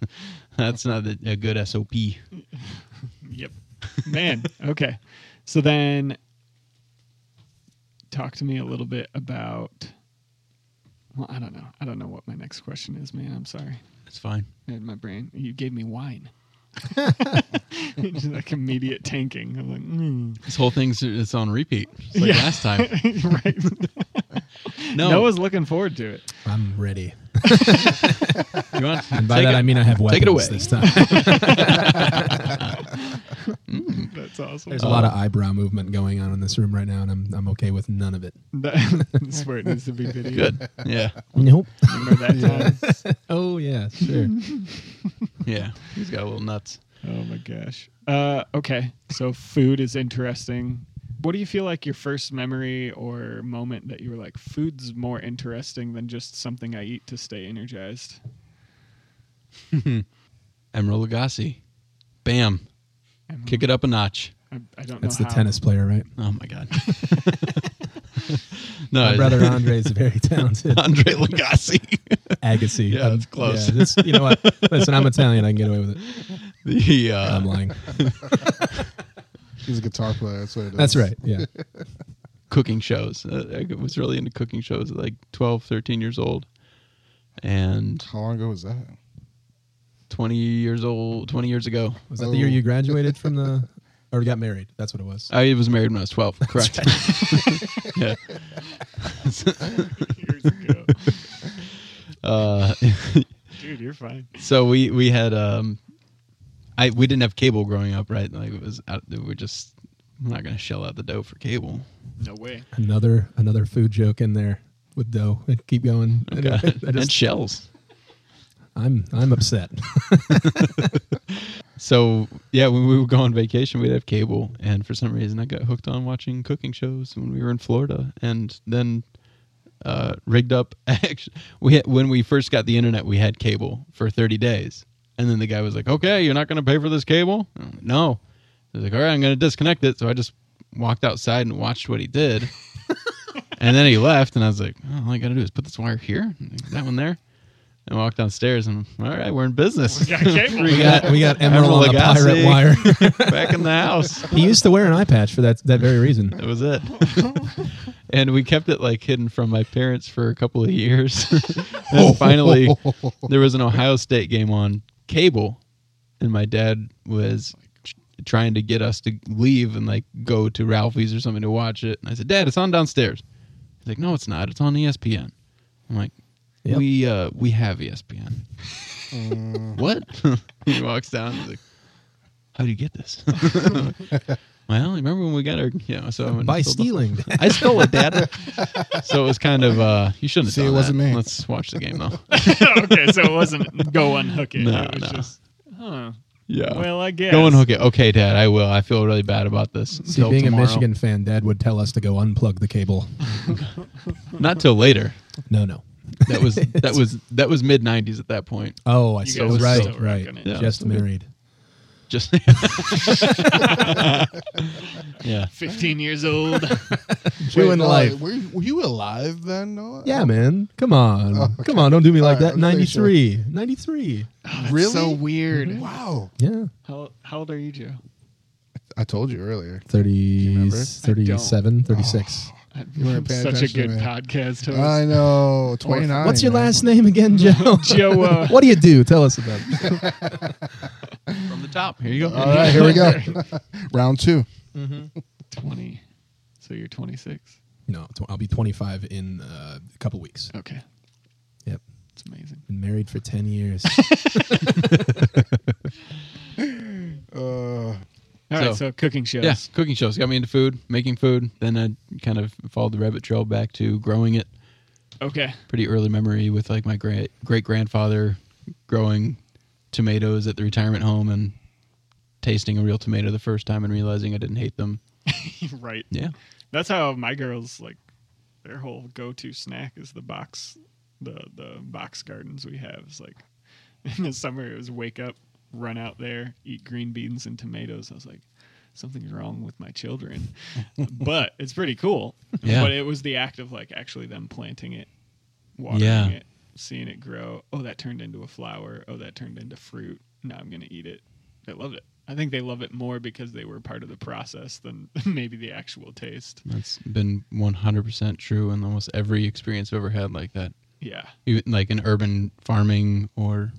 A: That's not a, a good SOP.
B: Yep. Man, okay. So then talk to me a little bit about well, I don't know. I don't know what my next question is, man. I'm sorry.
A: That's fine.
B: In my brain, you gave me wine. Just like immediate tanking. I'm like, mm.
A: This whole thing's it's on repeat. It's like
B: Yeah.
A: last time.
B: right.
A: No,
B: Noah's looking forward to it.
D: I'm ready.
A: you want
D: And by
A: take
D: that
A: it?
D: I mean I have weapons
A: take it away.
D: this time.
B: That's awesome. Uh,
D: There's a lot of
A: Uh,
D: eyebrow movement going on in this room right now, and I'm I'm okay with none of it.
B: That- That's where it needs to be video.
A: good. Yeah,
D: Nope.
B: Remember that time?
D: oh yeah, sure.
A: yeah. He's got a little nuts.
B: Oh my gosh. Uh, okay, so food is interesting. What do you feel like your first memory or moment that you were like, food's more interesting than just something I eat to stay energized?
A: Emeril Lagasse, bam,
B: Emeril-
A: kick it up a notch.
B: I, I don't
D: That's
B: know.
D: the
B: how.
D: tennis player, right?
A: Oh my god. no,
D: My brother Andre is very talented.
A: Uh, Andre Lagasse.
D: Agassi.
A: Yeah, that's close.
D: yeah, this- you know what? Listen, I'm Italian. I can get away with it.
A: the uh,
D: I'm lying.
C: He's a guitar player. That's what it is.
D: That's right. Yeah.
A: cooking shows. Uh, I was really into cooking shows at like 12, 13 years old. And
C: How long ago was that?
A: 20 years old, 20 years ago.
D: Was that the year
C: Oh.
D: you graduated from the or got married? That's what it was.
A: I was married when I was 12, correct. yeah.
B: Years ago.
A: Uh,
B: Dude, you're fine.
A: so we we had um I we didn't have cable growing up, right? Like it was out, we just I'm not going to shell out the dough for cable.
B: No way.
D: Another another food joke in there with dough. Keep going.
A: Yeah.
D: I
A: and
D: just,
A: shells.
D: I'm I'm upset.
A: So yeah, when we would go on vacation, we'd have cable, and for some reason, I got hooked on watching cooking shows when we were in Florida, and then uh, rigged up. Actually, we had, when we first got the internet, we had cable for thirty days, and then the guy was like, "Okay, you're not going to pay for this cable?" And I'm like, no. I was like, "All right, I'm going to disconnect it." So I just walked outside and watched what he did, and then he left, and I was like, oh, "All I got to do is put this wire here, and that one there." And walked downstairs, and all right, we're in business.
B: Yeah, cable.
D: We got we got Emerald
A: Emeril
D: on a pirate
A: Lagasse.
D: wire.
A: back in the house.
D: he used to wear an eye patch for that that very reason.
A: That was it. and we kept it like hidden from my parents for a couple of years.
D: Oh.
A: and finally, there was an Ohio State game on cable, and my dad was tr- trying to get us to leave and like go to Ralphie's or something to watch it. And I said, Dad, it's on downstairs. He's like, No, it's not. It's on E ESPN. I'm like,
D: Yep.
A: We uh, we have ESPN. what? he walks down. He's like, How do you get this? well, remember when we got our you know so I'm-
D: By
A: so the-
D: stealing.
A: I stole it, Dad. so it was kind of uh you shouldn't have
C: See, it
A: done
C: wasn't
A: that.
C: me.
A: Let's watch the game though.
B: okay, so it wasn't go unhook it.
A: No,
B: it was
A: no.
B: just, huh.
A: yeah.
B: Well, I guess.
A: Go and hook it. Okay, Dad, I will. I feel really bad about this.
D: See,
A: Till
D: being
A: tomorrow.
D: a Michigan fan, Dad would tell us to go unplug the cable.
A: not till later.
D: No, no.
A: That was that was that was mid '90s at that point.
D: Oh, I
B: You
D: see.
B: guys were
D: right,
B: still
D: right.
B: rocking it.
A: Yeah.
D: Just married.
A: Just yeah,
B: 15 years old.
D: Chewing
C: no,
D: life.
C: wait, Were, you- were you alive then, Noah?
D: Yeah, man. Come on.
C: okay.
D: Come on. Don't do me like
C: Oh, All right,
D: that.
C: I was pretty sure.
D: 93. 93.
C: Really?
B: So weird.
C: Wow.
D: Yeah.
B: How, how old are you, Joe?
C: I told you earlier.
D: 30,
C: remember? I
D: 37, 36.
C: You weren't paying
B: Such a
C: attention,
B: good
C: man.
B: podcast host.
C: I know. 29.
D: What's your
C: man.
D: last name again, Joe?
B: Joe, uh,
D: what do you do? Tell us about it.
A: from the top. Here you go.
C: All right, here we go. Round two.
B: 20. So you're 26.
D: No, tw- I'll be 25 in uh, a couple weeks.
C: Oh.
B: Okay.
D: Yep.
B: It's amazing.
D: Been married for 10 years.
C: Uh,
B: All right, so,
A: So-
B: cooking shows.
A: Yeah, cooking shows got me into food, making food. Then I kind of followed the rabbit trail back to growing it.
B: Okay.
A: Pretty early memory with like my great great grandfather growing tomatoes at the retirement home and tasting a real tomato the first time and realizing I didn't hate them.
B: right.
A: Yeah,
B: That's how my girls like their whole go-to snack is the box the the box gardens we have. It's like in the summer it was wake up, run out there, eat green beans and tomatoes. I was like, something's wrong with my children, but it's pretty cool.
A: Yeah.
B: But it was the act of like actually them planting it, watering
A: Yeah.
B: it, seeing it grow. Oh, that turned into a flower. Oh, that turned into fruit. Now I'm gonna eat it. They loved it. I think they love it more because they were part of the process than maybe the actual taste.
A: That's been 100% true in almost every experience I've ever had like that.
B: Yeah.
A: Even like in urban farming or,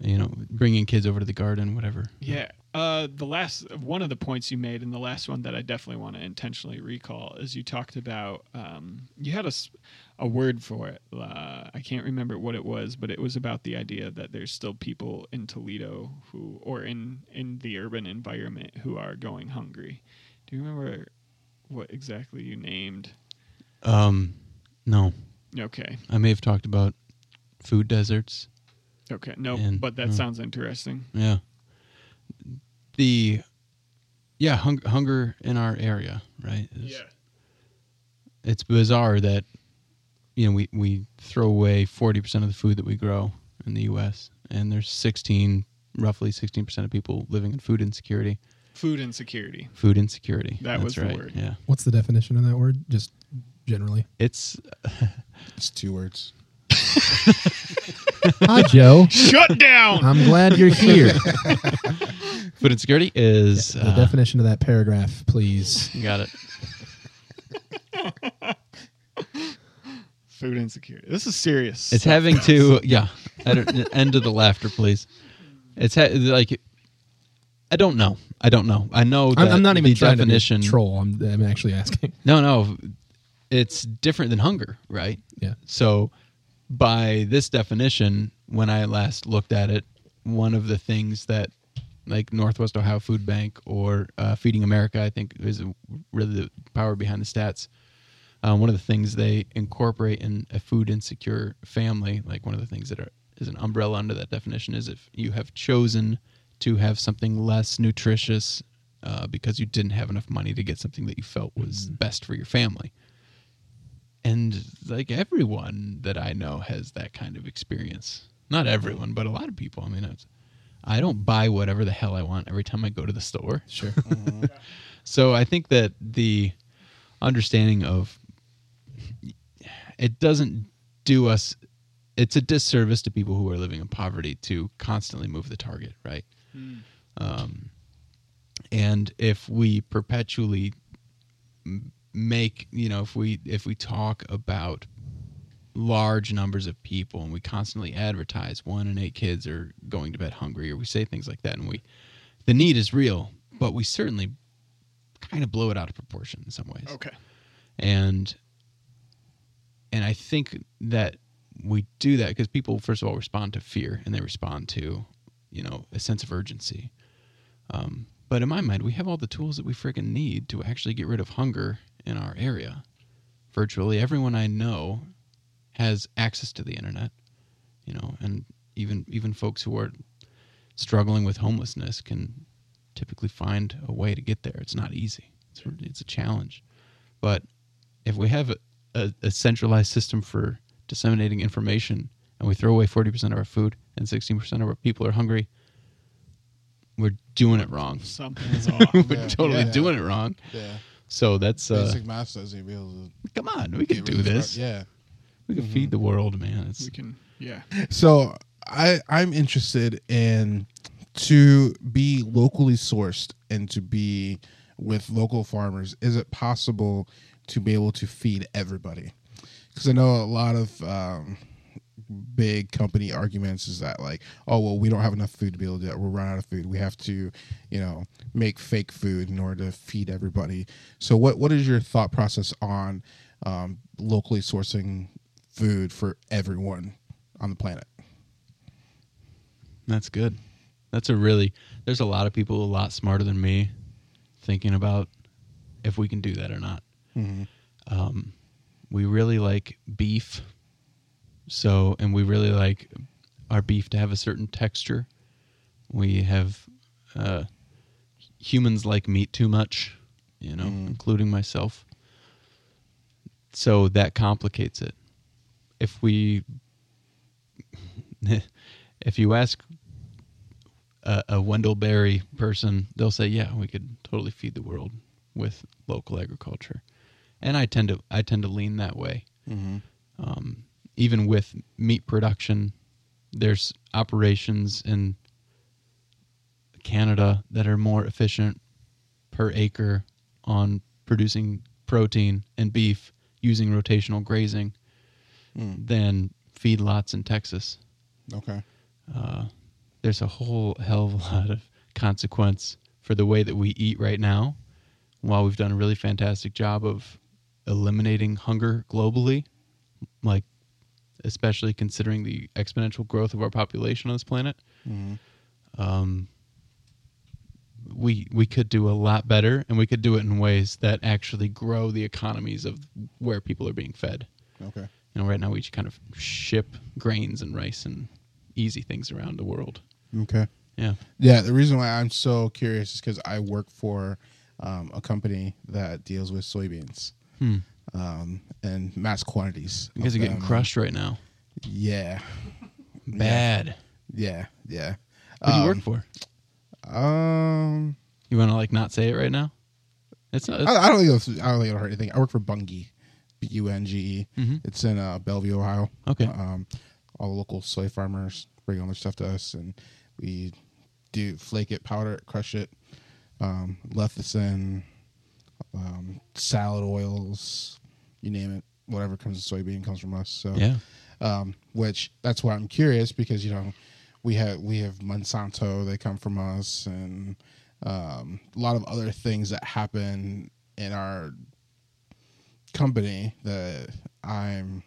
A: you know, bringing kids over to the garden, whatever.
B: Yeah. Uh, the last one of the points you made, and the last one that I definitely want to intentionally recall, is you talked about um, you had a, s- a word for it. Uh, I can't remember what it was, but it was about the idea that there's still people in Toledo who, or in in the urban environment, who are going hungry. Do you remember what exactly you named?
A: Um, no,
B: Okay,
A: I may have talked about food deserts.
B: okay, no,
A: And-
B: but that
A: mm.
B: sounds interesting.
A: Yeah. The, yeah, hung- hunger in our area, right? is- It's bizarre that, you know, we, we throw away 40% of the food that we grow in the U.S., and there's 16, roughly 16% of people living in food insecurity.
B: food insecurity.
A: Food insecurity.
B: That
A: That's
B: was the
A: right.
B: word.
A: Yeah.
D: What's the definition of that word? Just generally.
A: It's
C: It's two words.
D: Hi, Joe.
B: Shut down.
D: I'm glad you're here.
A: food insecurity is
D: The
A: uh,
D: definition of that paragraph, please.
A: you got it.
B: food insecurity. This is serious.
A: It's having to yeah. I don't, end of the laughter, please. It's ha- like I don't know. I don't know. I know. That
D: I'm, I'm not even
A: the
D: trying
A: definition.
D: to be a troll. I'm, I'm actually asking.
A: No, no. It's different than hunger, right?
D: Yeah.
A: So, by this definition, when I last looked at it, one of the things that, like Northwest Ohio Food Bank or uh, Feeding America, I think is really the power behind the stats. Uh, one of the things they incorporate in a food insecure family, like one of the things that are, is an umbrella under that definition, is if you have chosen to have something less nutritious uh, because you didn't have enough money to get something that you felt was best for your family and like everyone that I know has that kind of experience. Not everyone, but a lot of people. I mean, it's, I don't buy whatever the hell I want every time I go to the store.
D: Sure.
A: So I think that the understanding of it doesn't do us it's a disservice to people who are living in poverty to constantly move the target, right? Um, and if we perpetually m- make, you know, if we if we talk about large numbers of people and we constantly advertise one in eight kids are going to bed hungry or we say things like that and we the need is real, but we certainly kind of blow it out of proportion in some ways
B: okay.
A: and and I think that we do that because people first of all respond to fear and they respond to you know a sense of urgency. Um, but in my mind, we have all the tools that we freaking need to actually get rid of hunger in our area. Virtually everyone I know has access to the internet, you know, and even even folks who are struggling with homelessness can typically find a way to get there. It's not easy. It's, it's a challenge. But if we have a, a, a centralized system for disseminating information and we throw away 40% of our food and 16% of our people are hungry, we're doing it wrong.
B: Something is off.
A: we're
C: Yeah.
A: totally
C: Yeah.
A: doing it wrong.
C: Yeah.
A: So that's, uh,
C: Basic math says you'd be able to
A: come on, we can
C: get
A: do
C: rid of-
A: this.
C: Yeah. Mm-hmm.
A: We can feed the world, man. It's,
B: we can. Yeah.
C: So I I'm interested in to be locally sourced and to be with local farmers. Is it possible to be able to feed everybody? Because I know a lot of um, big company arguments is that like, oh well, we don't have enough food to be able to do that. We'll run out of food. We have to, you know, make fake food in order to feed everybody. So what what is your thought process on um, locally sourcing food for everyone on the planet?
A: That's good. That's a really. There's a lot of people a lot smarter than me thinking about if we can do that or not. Um, we really like beef, so and we really like our beef to have a certain texture. We have uh, humans like meat too much, you know, including myself. So that complicates it. If we if you ask a, a Wendell Berry person, they'll say, "Yeah, we could totally feed the world with local agriculture," and I tend to I tend to lean that way.
C: Mm-hmm.
A: Um, even with meat production, there's operations in Canada that are more efficient per acre on producing protein and beef using rotational grazing
C: Mm.
A: than feedlots in Texas
C: Okay.
A: uh, there's a whole hell of a lot of consequence for the way that we eat right now. While we've done a really fantastic job of eliminating hunger globally, like especially considering the exponential growth of our population on this planet,
C: Mhm.
A: um, we we could do a lot better, and we could do it in ways that actually grow the economies of where people are being fed
C: Okay.
A: you know, right now we just kind of ship grains and rice and easy things around the world.
C: Okay.
A: Yeah.
C: Yeah, the reason why I'm so curious is because I work for um, a company that deals with soybeans
A: Hmm.
C: um, and mass quantities.
A: You guys
C: of
A: are getting
C: them.
A: crushed right now.
C: Yeah,
A: Bad.
C: yeah, yeah.
A: What do you
C: Um,
A: work for?
C: Um,
A: You want to like not say it right now? It's not.
C: I, I don't think it'll- I don't think it'll hurt anything. I work for Bungie, B U N G E.
A: Mhm.
C: It's in uh, Bellevue, Ohio.
A: Okay.
C: Um, all the local soy farmers bring all their stuff to us, and we do flake it, powder it, crush it, um, lecithin, um, salad oils, you name it. Whatever comes in soybean comes from us. So
A: yeah.
C: um, which that's why I'm curious because you know we have we have Monsanto they come from us and um, a lot of other things that happen in our company that I'm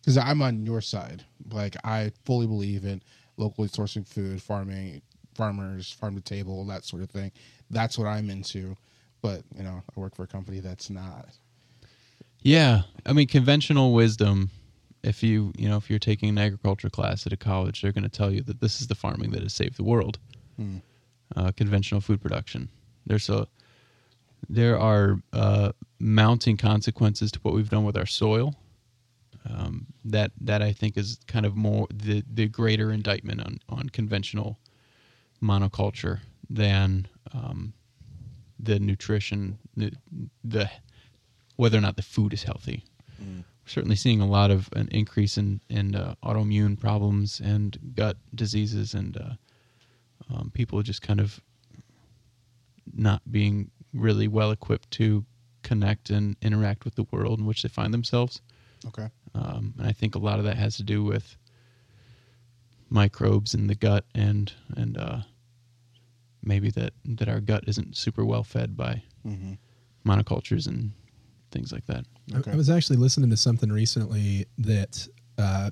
C: because I'm on your side like I fully believe in locally sourcing food farming farmers farm to table that sort of thing that's what I'm into but you know I work for a company that's not
A: Yeah. I mean, conventional wisdom. If you you know if you're taking an agriculture class at a college, they're going to tell you that this is the farming that has saved the world.
C: Hmm.
A: Uh, conventional food production. There's a there are uh, mounting consequences to what we've done with our soil. Um, that that I think is kind of more the the greater indictment on on conventional monoculture than um, the nutrition the, the whether or not the food is healthy. We're certainly seeing a lot of an increase in in uh, autoimmune problems and gut diseases, and uh, um, people just kind of not being really well equipped to connect and interact with the world in which they find themselves.
C: okay
A: Um, and I think a lot of that has to do with microbes in the gut and and uh, maybe that that our gut isn't super well fed by
C: mm-hmm.
A: monocultures and things like that.
D: I-
C: Okay.
D: I, was actually listening to something recently that uh,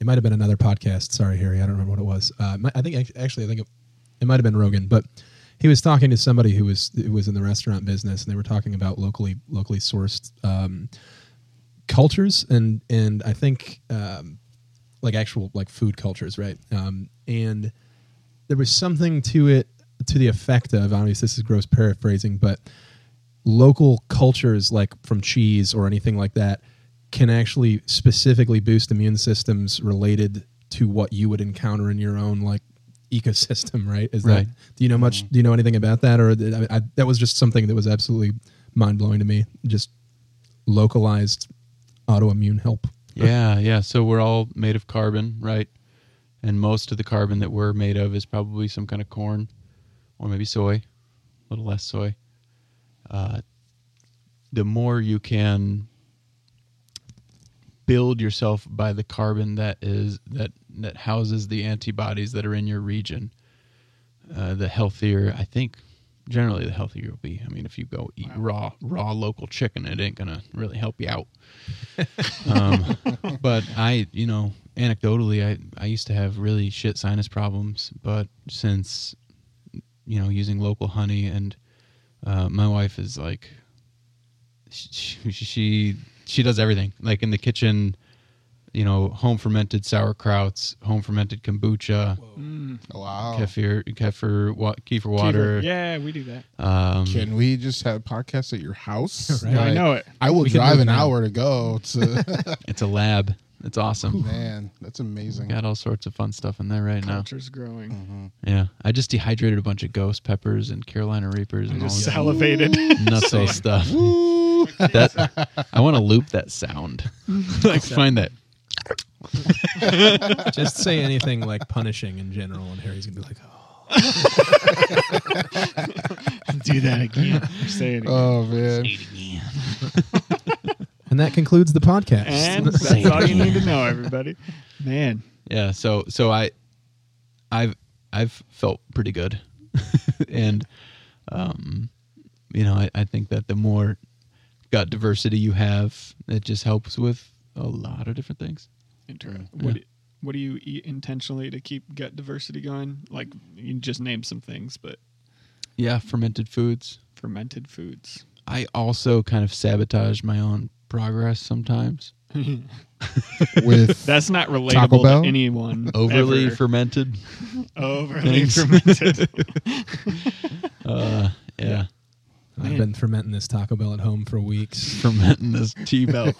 D: it might have been another podcast. Sorry, Harry, I don't remember what it was. Uh, my, I think act- actually, I think it, it might have been Rogan, but he was talking to somebody who was who was in the restaurant business, and they were talking about locally locally sourced um, cultures, and and I think um, like actual like food cultures, right? Um, and there was something to it to the effect of obviously this is gross paraphrasing, but local cultures like from cheese or anything like that can actually specifically boost immune systems related to what you would encounter in your own like ecosystem right is
A: Right.
D: that do you know much do you know anything about that or th- I mean, I, that was just something that was absolutely mind-blowing to me just localized autoimmune help
A: Yeah, yeah. So we're all made of carbon, right? And most of the carbon that we're made of is probably some kind of corn or maybe soy, a little less soy. Uh, the more you can build yourself by the carbon that is that that houses the antibodies that are in your region, uh, the healthier I think. Generally, the healthier you'll be. I mean, if you go eat raw, raw local chicken, it ain't gonna really help you out um, but I, you know, anecdotally, I, I used to have really shit sinus problems, but since, you know, using local honey and uh, my wife is like, she, she she does everything like in the kitchen, you know, home fermented sauerkrauts, home fermented kombucha,
B: Mm,
C: wow
A: kefir kefir wa- kefir water.
B: Kefir. Yeah, we do that.
A: Um,
C: Can we just have podcasts at your house?
D: Right.
B: Yeah, I
C: Like,
B: know it.
C: I will
D: We can
C: drive
D: move
C: an
D: now.
C: hour to go to.
A: it's a lab. It's awesome.
C: Man, that's amazing.
A: Got all sorts of fun stuff in there right now.
B: Culture's growing.
A: Mm-hmm. Yeah, I just dehydrated a bunch of ghost peppers and Carolina Reapers
B: I
A: and all
B: just
A: this
B: salivated.
A: nutso stuff. that I want to loop that sound. like find that.
D: Just say anything like punishing in general, and Harry's gonna be like, oh.
B: Do that again. Say it again.
A: Uh,
C: Oh man.
D: And that concludes the podcast.
B: and that's all you need to know, everybody. Man,
A: Yeah. So so I, I've I've felt pretty good, and, um, you know I, I think that the more gut diversity you have, it just helps with a lot of different things.
B: Inter- What, do- what do you eat intentionally to keep gut diversity going? Like, you just name some things, but
A: Yeah, fermented foods.
B: fermented foods.
A: I also kind of sabotage my own progress sometimes.
C: With
B: That's not
C: Taco
B: relatable
C: Bell?
B: to anyone.
A: Overly
B: ever.
A: fermented.
B: overly
A: Thanks.
B: fermented.
A: Uh, yeah.
D: I've been fermenting this Taco Bell at home for weeks.
A: fermenting this T Bell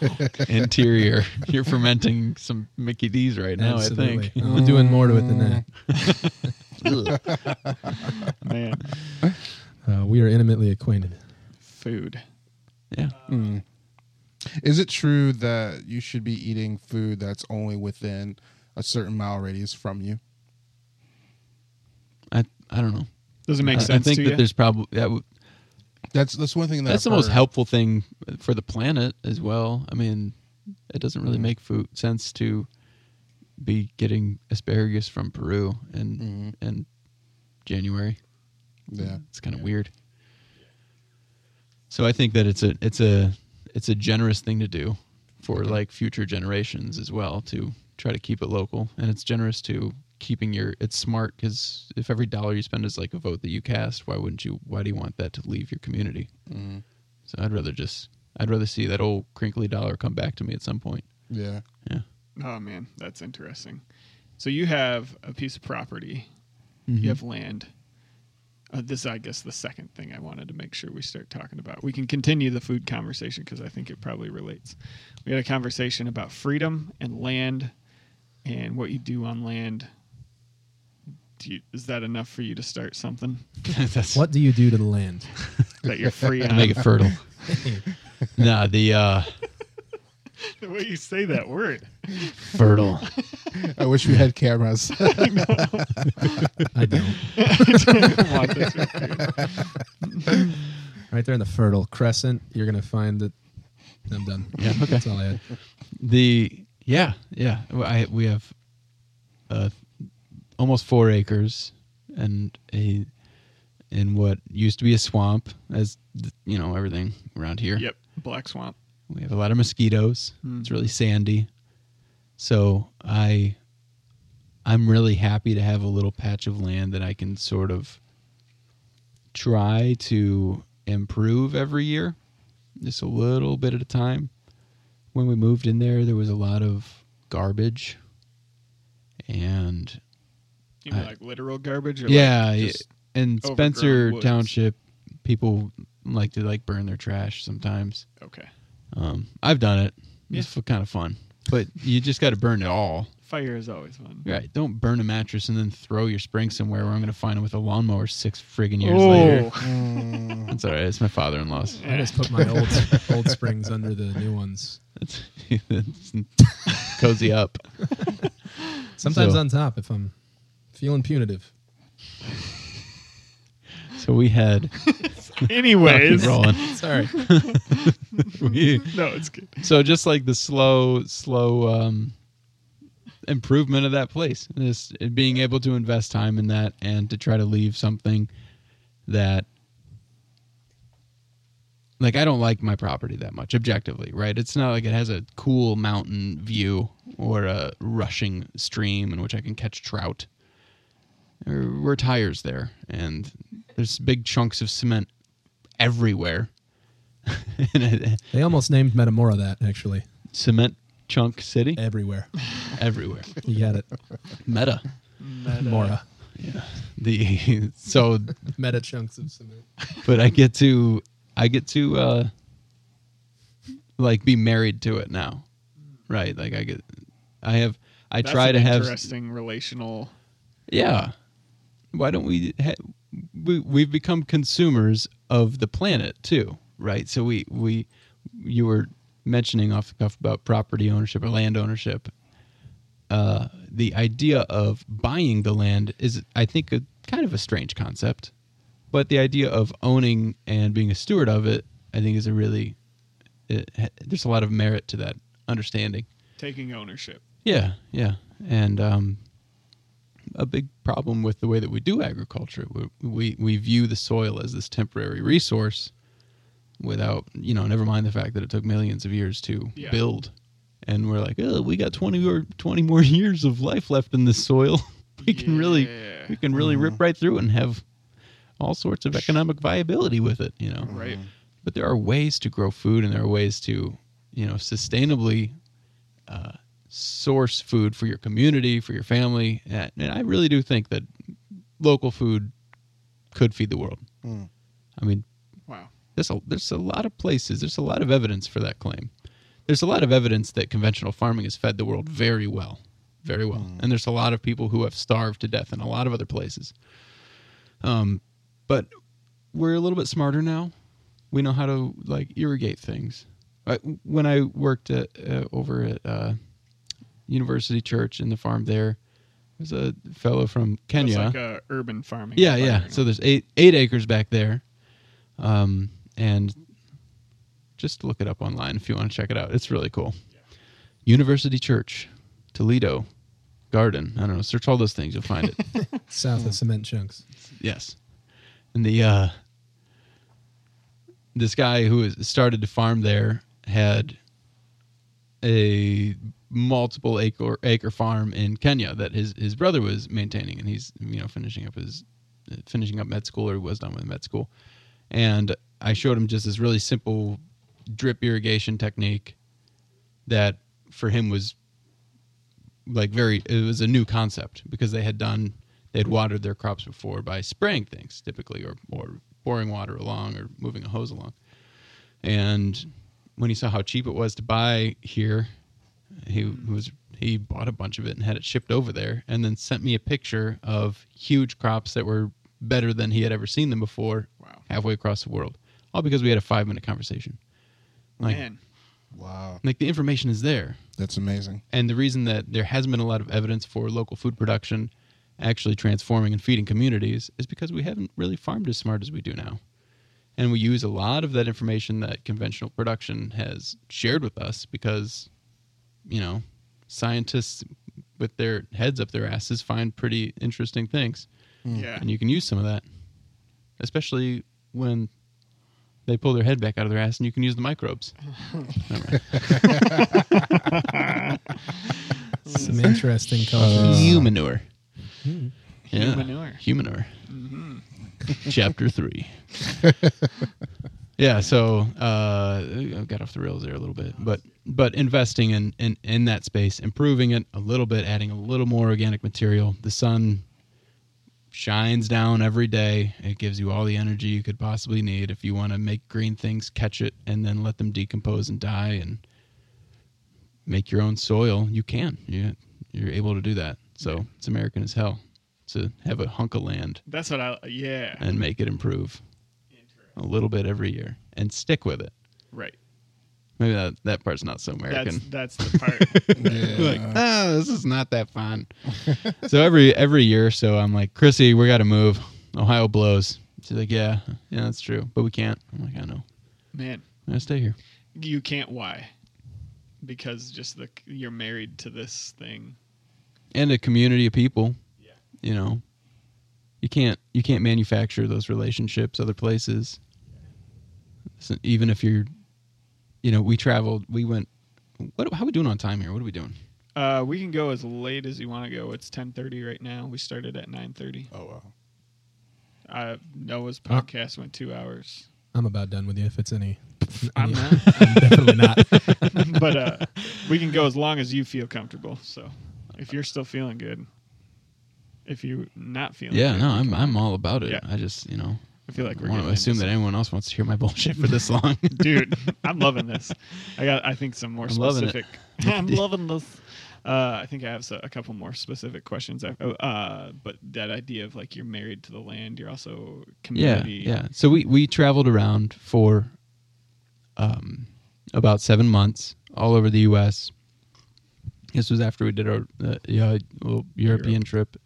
A: interior. You're fermenting some Mickey D's right now, I
D: Absolutely.
A: think.
D: I'm doing more to it than that.
B: Man,
A: Mm.
D: Uh, we are intimately acquainted.
B: food.
A: Yeah.
C: is it true that you should be eating food that's only within a certain mile radius from you?
A: I I don't know.
B: Does it make
A: I, I
B: sense
A: think
B: to
A: that
B: you?
A: there's probably that w-
C: That's that's one thing that
A: that's
C: I've
A: the most
C: heard.
A: helpful thing for the planet as well. I mean, it doesn't
B: Mm.
A: really make food sense to be getting asparagus from Peru and
C: Mhm.
B: Mm-hmm.
A: and January.
C: Yeah.
A: Mm-hmm. It's kind of weird. So I think that it's a it's a it's a generous thing to do for like future generations as well to try to keep it local and it's generous to keeping your it's smart cuz if every dollar you spend is like a vote that you cast why wouldn't you why do you want that to leave your community?
C: Mhm.
A: So I'd rather just I'd rather see that old crinkly dollar come back to me at some point.
C: Yeah.
A: Yeah.
B: Oh man, that's interesting. So you have a piece of property.
A: Mm-hmm.
B: You have land. Uh, this, is, I guess, the second thing I wanted to make sure we start talking about. We can continue the food conversation because I think it probably relates. We had a conversation about freedom and land, and what you do on land. Do you, is that enough for you to start something
A: That's
D: What do you do to the land?
B: that you're free
A: to
B: on?
A: make it fertile. nah, the uh
B: the way you say that word.
A: fertile.
C: I wish we had cameras.
D: I don't.
B: Want this right here.
D: Right there in the fertile crescent, you're gonna find that. I'm done.
A: Yeah, okay.
D: That's all I had.
A: The yeah, yeah. I we have uh, almost four acres and a in what used to be a swamp, as th- you know everything around here.
B: Yep, black swamp.
A: We have a lot of mosquitoes.
B: Hmm.
A: It's really sandy, so I I'm really happy to have a little patch of land that I can sort of try to improve every year, just a little bit at a time when we moved in there, there was a lot of garbage, and
B: You mean
A: I-
B: like literal garbage? Or
A: Uh, yeah,
B: like
A: yeah.
B: just-
A: and
B: overgrown
A: Spencer
B: woods.
A: Township people like to like burn their trash sometimes.
B: okay.
A: Um, I've done it; it's
B: Yeah.
A: kind of fun, but you just got to burn it all.
B: Fire is always fun.
A: Right? Don't burn a mattress and then throw your spring somewhere where I'm going to find it with a lawnmower six friggin' years later.
C: Mm,
A: That's all right. It's my father-in-law's.
D: I just put my old old springs under the new ones.
A: It's, it's cozy up.
D: Sometimes
A: So-
D: on top if I'm feeling punitive.
A: So we had
B: Anyways,
A: rolling.
D: Sorry.
A: We
B: no, it's good.
A: so just like the slow slow um improvement of that place this being able to invest time in that and to try to leave something that like i don't like my property that much objectively right it's not like it has a cool mountain view or a rushing stream in which i can catch trout there were tires there and there's big chunks of cement everywhere and it,
D: They almost named Metamora that actually.
A: cement chunk city
B: E-
D: Everywhere.
A: everywhere
D: You got it.
A: meta
D: Mora.
A: the so
D: Meta chunks of cement.
A: but i get to i get to uh like be married to it now right like i get I have. I
B: That's
A: try
B: an
A: to have.
B: interesting relational.
A: Yeah. Why don't we? Ha- we we've become consumers of the planet too, right? So we we you were mentioning off the cuff about property ownership or land ownership. Uh, the idea of buying the land is, I think, a kind of a strange concept, but the idea of owning and being a steward of it, I think, is a really it, there's a lot of merit to that understanding.
B: Taking ownership.
A: Yeah, yeah, and um, a big problem with the way that we do agriculture. We, we we view the soil as this temporary resource, without you know, never mind the fact that it took millions of years to
B: Yeah.
A: build, and we're like, oh, we got twenty or twenty more years of life left in this soil. we can really
B: Yeah.
A: we can really rip right through it and have all sorts of economic viability with it. You know,
B: Right.
A: but there are ways to grow food and there are ways to you know sustainably uh, source food for your community for your family and, and i really do think that local food could feed the world
C: Mm.
A: i mean
B: Wow.
A: there's a there's a lot of places there's a lot of evidence for that claim there's a lot of evidence that conventional farming has fed the world very well very well
B: Hmm.
A: and there's a lot of people who have starved to death in a lot of other places um but we're a little bit smarter now we know how to like irrigate things I, when i worked at, uh, over at uh, university church in the farm there there's a fellow from kenya
B: That's like a urban farming.
A: yeah, yeah.
B: environment.
A: So there's eight eight acres back there, um, and just look it up online if you want to check it out. It's really cool. University Church, Toledo, Garden. I don't know. Search all those things, you'll find it.
D: South of cement chunks.
A: Yes. And the uh this guy who has started to farm there had a multiple acre acre farm in Kenya that his his brother was maintaining and he's you know finishing up his finishing up med school or he was done with med school. And I showed him just this really simple drip irrigation technique that for him was like very it was a new concept because they had done they'd watered their crops before by spraying things typically or or pouring water along or moving a hose along and when he saw how cheap it was to buy here he was he bought a bunch of it and had it shipped over there and then sent me a picture of huge crops that were better than he had ever seen them before
B: Wow.
A: halfway across the world all because we had a 5 minute conversation like
B: Man.
C: Wow,
A: like the information is there
C: that's amazing.
A: and the reason that there hasn't been a lot of evidence for local food production actually transforming and feeding communities is because we haven't really farmed as smart as we do now. And we use a lot of that information that conventional production has shared with us because, you know, scientists with their heads up their asses find pretty interesting things.
B: Yeah.
A: And you mm, can use some of that, especially when they pull their head back out of their ass and you can use the microbes. Never mind.
D: Some
A: Uh,
D: interesting cultures.
A: Humanure. Yeah.
B: Humanure.
A: Humanure. Chapter three. yeah, so uh, I got off the rails there a little bit, but but investing in, in in that space, improving it a little bit, adding a little more organic material. The sun shines down every day. It gives you all the energy you could possibly need. If you want to make green things, catch it and then let them decompose and die and make your own soil, you can. You, you're able to do that. So it's American as hell to have a hunk of land
B: That's what I. Yeah.
A: and make it improve a little bit every year and stick with it.
B: Right.
A: Maybe that, that part's not so American.
B: That's that's the part.
A: like, oh, this is not that fun. so every every year, so I'm like, Chrissy, we got to move. Ohio blows. She's like, yeah, yeah, that's true, but we can't. I'm like, I know.
B: Man,
A: I stay here.
B: you can't why? Because just the you're married to this thing.
A: and a community of people. You know, you can't you can't manufacture those relationships other places. So even if you're, you know, we traveled. We went. What? How we doing on time here? What are we doing?
B: Uh, we can go as late as you want to go. It's 10:30 right now. We started at 9:30.
C: Oh wow,
B: Uh, Noah's podcast went two hours.
D: I'm about done with you. If it's any,
B: I'm
D: yeah,
B: not,
D: I'm definitely not.
B: but uh, we can go as long as you feel comfortable. So, if you're still feeling good, if you're not feeling,
A: Yeah,
B: good,
A: no,
B: we
A: I'm
B: can-
A: I'm all about it.
B: Yeah.
A: I just you know
B: I feel like
A: I
B: we're
A: want to
B: going
A: assume that anyone else wants to hear my bullshit for this long.
B: dude i'm loving this i got i think some more
A: I'm loving it.
B: specific i'm loving this Uh, I think I have s- a couple more specific questions. I- oh, Uh, but that idea of like you're married to the land, you're also
A: Yeah,
B: community.
A: yeah. So we we traveled around for um, about seven months all over the U.S. This was after we did our uh, yeah, well, European trip,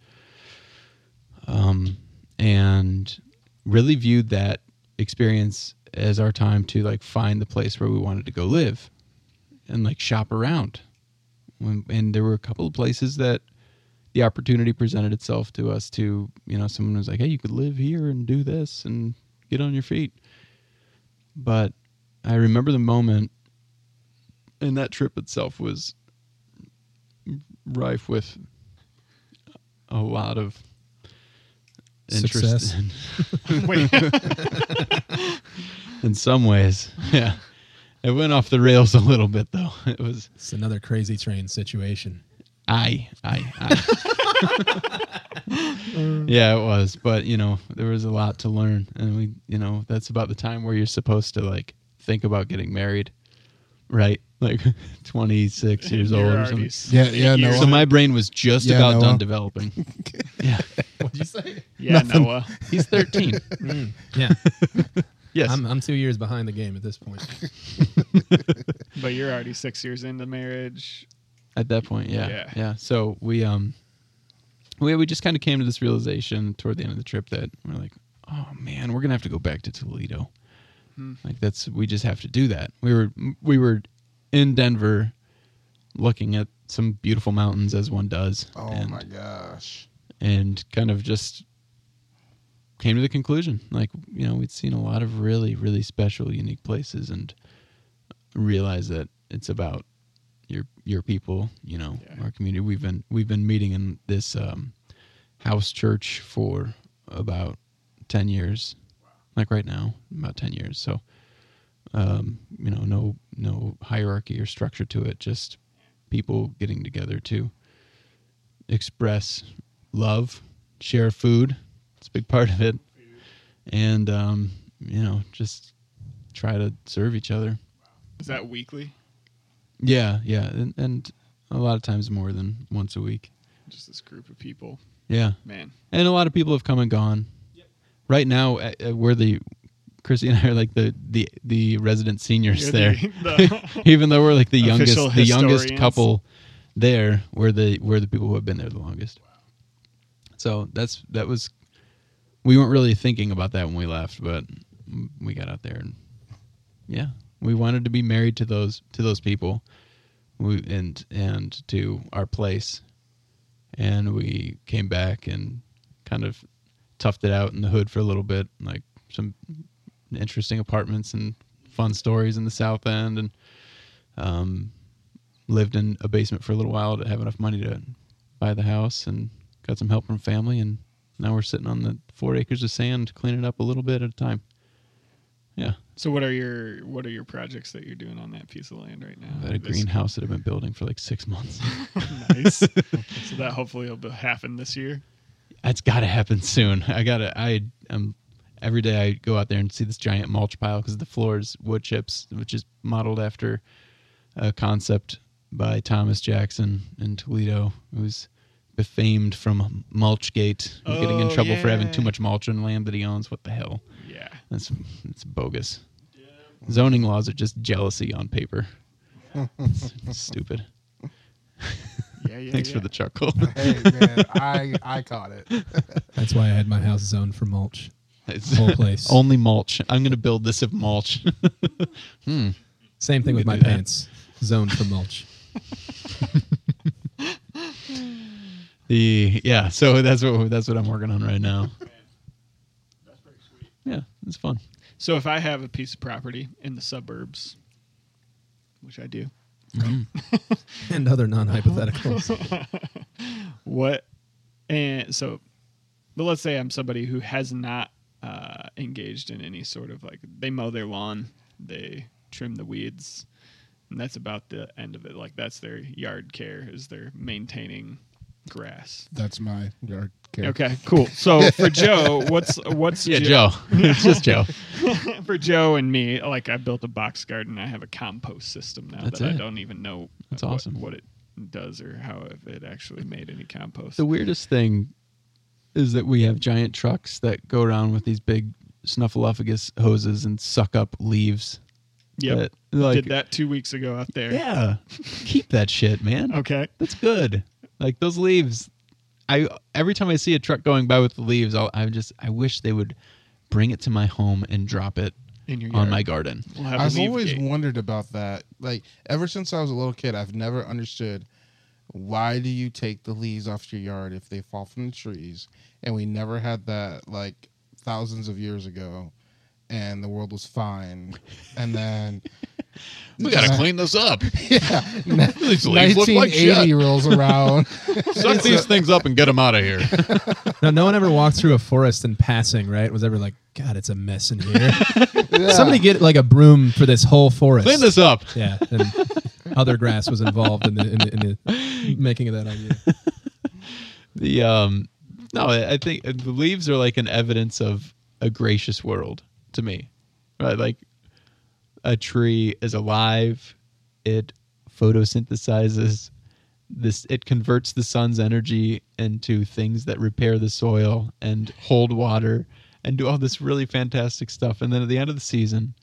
A: um, and really viewed that experience as our time to like find the place where we wanted to go live, and like shop around. When, and there were a couple of places that the opportunity presented itself to us to you know someone was like hey you could live here and do this and get on your feet but i remember the moment and that trip itself was rife with a lot of interest
D: Success.
A: in,
B: Wait,
A: in some ways yeah it went off the rails a little bit though it was
D: It's another crazy train situation.
A: I, I, I. yeah, it was. But, you know, there was a lot to learn. And we, you know, that's about the time where you're supposed to, like, think about getting married, right? Like 26 years
B: you're
A: old or
B: already
A: something.
B: s-
C: Yeah, yeah,
B: eight
C: no,
B: years-
A: So my brain was just
C: Yeah,
A: about
C: Noah.
A: done developing. yeah.
D: What'd you say?
B: yeah, Noah.
A: He's 13.
D: Yeah,
A: Yes.
D: I'm, I'm two years behind the game at this point.
B: But you're already six years into marriage.
A: at that point yeah yeah,
B: Yeah.
A: so we um we, we just kind of came to this realization toward the end of the trip that we're like oh man we're gonna have to go back to toledo
C: Hmm.
A: like that's we just have to do that we were we were in denver looking at some beautiful mountains as one does
C: Oh
A: and,
C: my gosh.
A: and kind of just came to the conclusion like you know we'd seen a lot of really really special unique places and realized that it's about your your people you know
B: Yeah.
A: our community we've been we've been meeting in this um, house church for about 10 years like right now about 10 years so um, you know no no hierarchy or structure to it just people getting together to express love, share food. It's a big part of it, and um, you know, just try to serve each other.
B: Is that weekly?
A: Yeah, yeah, and, and a lot of times more than once a week.
B: Just this group of people.
A: Yeah,
B: Man,
A: and a lot of people have come and gone. Right now, uh, uh, we're the Chrissy and I are like the the the resident seniors
B: You're
A: there.
B: the- the-
A: Even though we're like the youngest
B: Official
A: the youngest
B: historians.
A: couple there, we're the we're the people who have been there the longest. So that's that was we weren't really thinking about that when we left, but we got out there and yeah, we wanted to be married to those to those people, we, and and to our place, and we came back and kind of toughed it out in the hood for a little bit, like some interesting apartments and fun stories in the South End, and um, lived in a basement for a little while to have enough money to buy the house, and got some help from family, and now we're sitting on the four acres of sand, cleaning up a little bit at a time. Yeah.
B: so what are your what are your projects that you're doing on that piece of land right now?
A: I've had a
B: This-
A: greenhouse that I've been building for like six months.
B: nice. so that hopefully will be- happen this year.
A: That's got to happen soon. I gotta. I um every day I go out there and see this giant mulch pile because the floor is wood chips, which is modeled after a concept by Thomas Jackson in Toledo, who's befamed from Mulchgate, who's getting in
B: Oh,
A: trouble for having
B: yeah.
A: too much mulch on land that he owns. What the hell?
B: Yeah.
A: That's that's bogus. Zoning laws are just jealousy on paper. It's stupid.
B: Yeah. Yeah.
A: Thanks
B: yeah.
A: for the chuckle.
C: Hey man, I I caught it.
D: That's why I had my house zoned for mulch.
A: It's
D: Whole place.
A: Only mulch. I'm going to build this of mulch.
D: Same thing
A: We
D: with
A: could
D: my
A: do that.
D: pants. Zoned for mulch.
A: the yeah. So that's what that's what I'm working on right now. Yeah, it's fun.
B: So if I have a piece of property in the suburbs, which I do,
D: and other non-hypotheticals.
B: what and so but let's say i'm somebody who has not uh, engaged in any sort of like they mow their lawn they trim the weeds and that's about the end of it like that's their yard care is they're maintaining grass
C: That's my yard care.
B: okay cool so for joe what's what's
A: Yeah, Joe. it's just Joe.
B: for joe and me like i built a box garden i have a compost system now
A: That's
B: that
A: it.
B: i don't even know
A: That's
B: what-
A: awesome.
B: what it does or how it actually made any compost.
A: The weirdest thing is that we have giant trucks that go around with these big snuffleupagus hoses and suck up leaves.
B: Yep.
A: that, like,
B: Did that two weeks ago out there.
A: Yeah, keep that shit, man.
B: Okay.
A: That's good. Like those leaves. I every time I see a truck going by with the leaves, I'll, I just I wish they would bring it to my home and drop it
B: In your
A: on
B: yard.
A: my garden.
B: We'll have a
C: I've
B: leaf
C: always
B: gate.
C: wondered about that. Like ever since I was a little kid, I've never understood why do you take the leaves off your yard if they fall from the trees? And we never had that like thousands of years ago, and the world was fine. And then
E: We gotta clean this up.
C: yeah,
E: These leaves look
C: nineteen
E: like
C: eighty
E: shit.
C: rolls around.
E: Suck these things up and get them out of here.
D: Now, no one ever walked through a forest in passing, right? Was ever like, God, it's a mess in here.
C: Yeah.
D: Somebody get like a broom for this whole forest.
E: Clean this up.
D: Yeah, and other grass was involved in the, in the, in the making of that idea.
A: The um no, I I think uh, the leaves are like an evidence of a gracious world to me. Right? Like a tree is alive, it photosynthesizes this it converts the sun's energy into things that repair the soil and hold water and do all this really fantastic stuff and then at the end of the season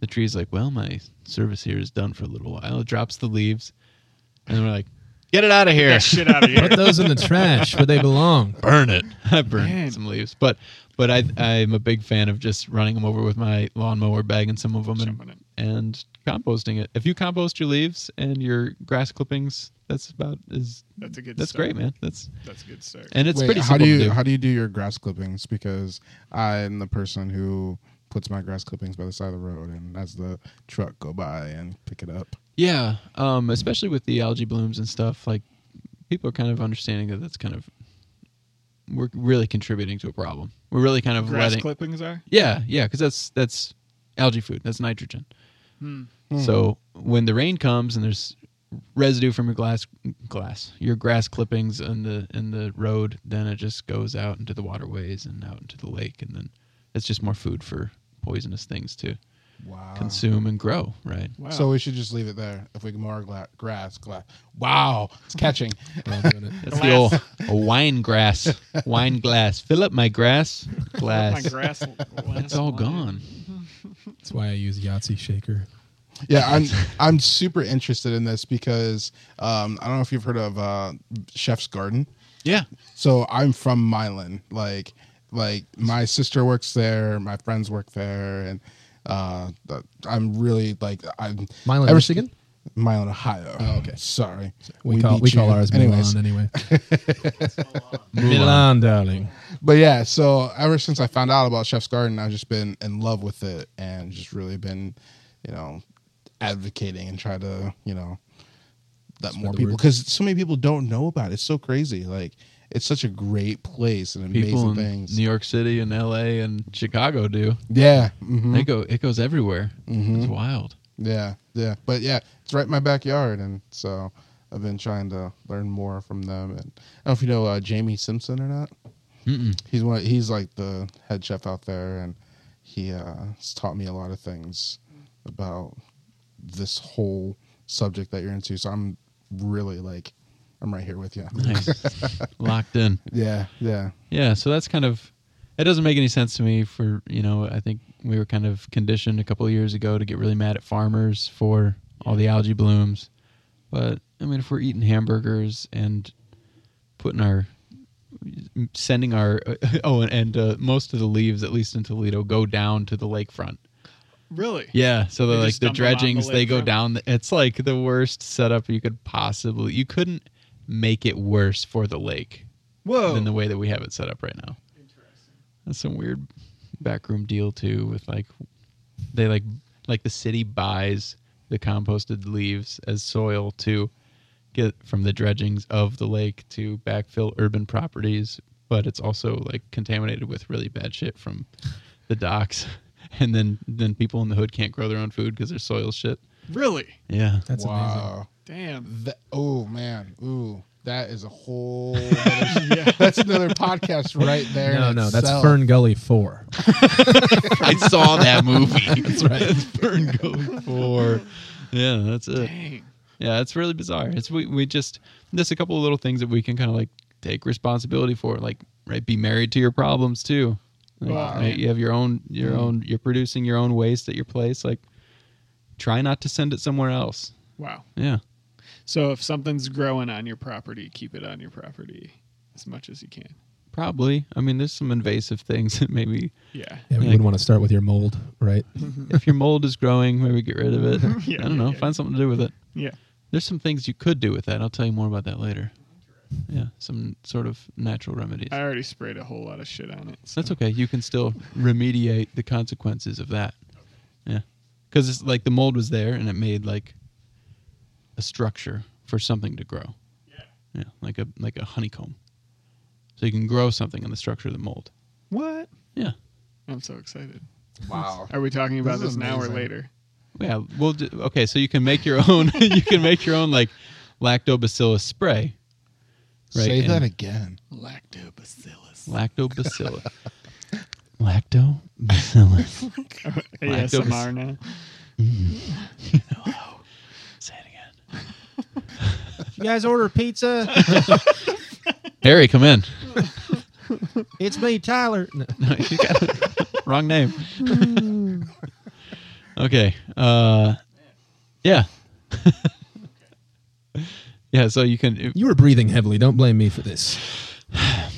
A: the tree's like well my service here is done for a little while it drops the leaves and we're like
E: Get it out of here.
B: Get shit out of here.
D: Put those in the trash where they belong.
E: Burn it.
A: I burned
B: Man.
A: some leaves, but but I I'm a big fan of just running them over with my lawnmower, bagging some of them,
B: Jumping
A: and,
B: it.
A: and composting it. If you compost your leaves and your grass clippings, that's about is
B: That's a good
A: that's
B: start.
A: great, man. That's
B: That's a good start.
A: and it's
C: Wait,
A: pretty
C: how
A: simple
C: do you
A: to do.
C: how do you do your grass clippings? Because I'm the person who puts my grass clippings by the side of the road, and as the truck go by and pick it up.
A: yeah, um, especially with the algae blooms and stuff. Like people are kind of understanding that that's kind of we're really contributing to a problem. We're really kind of
B: Grass
A: letting
B: clippings are?
A: Yeah, yeah, because that's that's algae food. That's nitrogen.
B: Hmm.
A: So
C: Mm-hmm.
A: when the rain comes and there's residue from your glass glass your grass clippings in the in the road, then it just goes out into the waterways and out into the lake, and then it's just more food for poisonous things to
C: Wow.
A: consume and grow. Right?
B: Wow.
C: So we should just leave it there. If we ignore our gla- grass, gla- wow, it's catching.
D: We're all doing it.
A: That's the old a wine grass, wine glass. Fill up my grass
B: My
A: glass.
B: grass
A: It's all gone.
D: That's why I use Yahtzee shaker.
C: yeah, I'm I'm super interested in this because um, I don't know if you've heard of uh, Chef's Garden.
A: Yeah.
C: So I'm from Milan. Like like my sister works there, my friends work there, and uh, th- I'm really like I'm
D: Milan,
C: ever-
D: Michigan?
C: Milan, Ohio. Oh, okay, sorry.
D: We, call
C: beat
D: we call
C: you.
D: ours
C: Anyways.
D: Milan anyway. Milan, darling.
C: But yeah, so ever since I found out about Chef's Garden, I've just been in love with it and just really been, you know, advocating and try to, you know, let
D: Spread
C: more
D: the
C: people
D: word.
C: because so many people don't know about it. It's so crazy. Like it's such a great place and amazing
A: People in
C: things.
A: New York City and L.A. and Chicago do.
C: yeah, mhm,
A: They go. It goes everywhere.
C: Mm-hmm.
A: It's wild.
C: yeah, yeah. But yeah, it's right in my backyard, and so I've been trying to learn more from them. And I don't know if you know uh, Jamie Simpson or not.
A: Mm-mm.
C: He's one. He's like the head chef out there, and he uh, has taught me a lot of things about this whole subject that you're into. So I'm really like, I'm right here with you.
A: Nice. Locked in.
C: Yeah, yeah,
A: Yeah. So that's kind of. It doesn't make any sense to me. For you know, I think we were kind of conditioned a couple of years ago to get really mad at farmers for all the algae blooms. But I mean, if we're eating hamburgers and putting our sending our oh and, and uh, most of the leaves at least in Toledo go down to the lakefront
B: Really?
A: Yeah, so the
B: They
A: like
B: just
A: the
B: dump 'em on the
A: dredgings they go
B: lakefront.
A: down. the- It's like the worst setup you could possibly. You couldn't make it worse for the lake
B: Whoa.
A: than the way that we have it set up right now. That's some weird backroom deal too with like they like like the city buys the composted leaves as soil to get from the dredgings of the lake to backfill urban properties, but it's also like contaminated with really bad shit from the docks. And then then people in the hood can't grow their own food because their soil's shit.
B: Really?
A: Yeah.
D: That's amazing.
C: wow.
B: Damn.
C: That, oh man, ooh, that is a whole. That's another podcast right there. in
D: No, no, that's
C: itself.
D: Fern Gully 4.
A: I saw that movie. That's right. That's Fern going for. Yeah, that's it.
B: Dang.
A: yeah, it's really bizarre. It's we we just there's a couple of little things that we can kind of like take responsibility for, like right, be married to your problems too. Like,
B: Wow.
A: right, you have your own your own you're producing your own waste at your place. Like, try not to send it somewhere else.
B: Wow.
A: Yeah,
B: So if something's growing on your property, keep it on your property as much as you can.
A: probably. I mean, there's some invasive things that maybe
B: Yeah.
D: Yeah, we
A: Yeah.
D: wouldn't want to start with your mold, right?
A: if your mold is growing, maybe get rid of it.
B: Mm-hmm. Yeah,
A: I don't
B: yeah,
A: know.
B: yeah.
A: Find something to do with it.
B: Yeah.
A: There's some things you could do with that. I'll tell you more about that later. Yeah, some sort of natural remedies.
B: I already sprayed a whole lot of shit on it. so-
A: That's okay. You can still remediate the consequences of that. Yeah. Because it's like the mold was there and it made like a structure for something to grow. Yeah. Yeah. Like a like a honeycomb. So you can grow something in the structure of the mold.
B: What?
A: Yeah.
B: I'm so excited.
C: Wow.
B: Are we talking about
C: This
B: this,
C: is
B: now or
C: amazing.
B: later?
A: Yeah. Well. Do, okay. So you can make your own. you can make your own like lactobacillus spray. Right,
C: Say
A: and-
C: that again.
B: Lactobacillus.
A: Lactobacillus. lactobacillus.
B: ASMR now.
A: Say it again.
F: You guys order pizza?
A: Harry, come in.
F: It's me, Tyler. No.
A: No, you got it. Wrong name.
B: Hmm.
A: okay. Uh, yeah. yeah. So you can.
D: You were breathing heavily. Don't blame me for this.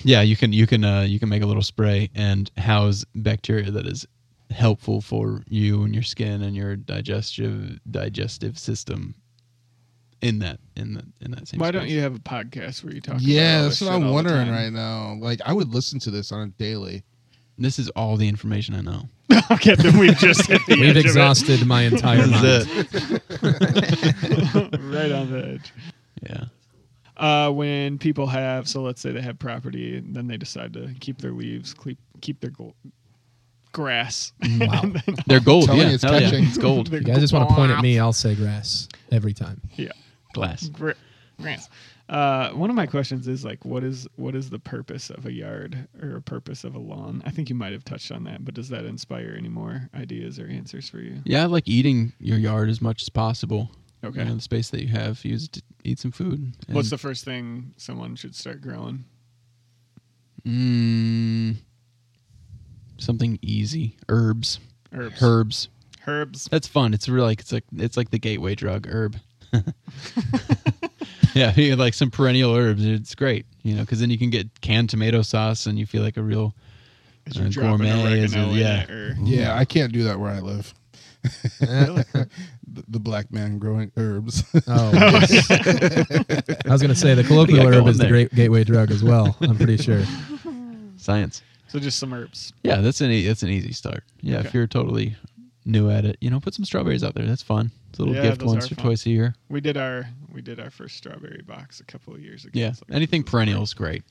A: Yeah, you can. You can. Uh, you can make a little spray and house bacteria that is helpful for you and your skin and your digestive digestive system. In that. In the. In that same.
B: Why don't
A: space.
B: you have a podcast where you talk? about
C: Yeah,
B: all
C: that's
B: this shit
C: what
B: all
C: I'm
B: the
C: wondering
B: time?
C: right now. Like, I would listen to this on a daily.
A: This is all the information I know.
B: okay, then we've just hit the
D: We've
B: edge
D: exhausted my entire mind.
A: This is it.
B: of it. right on the edge.
A: Yeah.
B: Uh, when people have, so let's say they have property, and then they decide to keep their leaves, keep keep their gl- grass.
C: Mm-hmm.
D: Wow.
A: They're gold.
C: Telling
A: Yeah.
C: you it's
A: Hell yeah.
C: catching.
A: It's gold.
B: Their
D: You guys just want to point at me. I'll say grass every time.
B: Yeah.
A: Glass.
B: Gra- Grants. Uh, one of my questions is like, what is what is the purpose of a yard or a purpose of a lawn? I think you might have touched on that, but does that inspire any more ideas or answers for you?
A: Yeah, I like eating your yard as much as possible.
B: Okay.
A: You know, the space that you have, use it to eat some food. And,
B: What's the first thing someone should start growing?
A: mm, something easy? Herbs.
B: Herbs.
A: Herbs.
B: Herbs.
A: That's fun. It's really like it's like it's like the gateway drug herb. yeah, you get, like some perennial herbs. It's great, you know, because then you can get canned tomato sauce and you feel like a real
B: Is you're
A: uh,
B: dropping
A: gourmet, is
B: oregano
A: it-
B: in
A: yeah.
B: it, or-
C: Yeah, I can't do that where I live. the, the black man growing herbs.
D: Oh, yes. I was going to say the colloquial
A: What do you got
D: herb
A: going
D: is the
A: there?
D: great gateway drug as well. I'm pretty sure.
A: science.
B: so just some herbs.
A: Yeah, that's an e- that's an easy start. Yeah, if
B: Okay.
A: you're totally new at it, you know, put some strawberries out there. That's fun. It's a little
B: Yeah,
A: gift
B: those
A: once or
B: are fun.
A: twice a year.
B: We did our we did our first strawberry box a couple of years ago.
A: Yeah,
B: It's like-
A: anything perennial is great.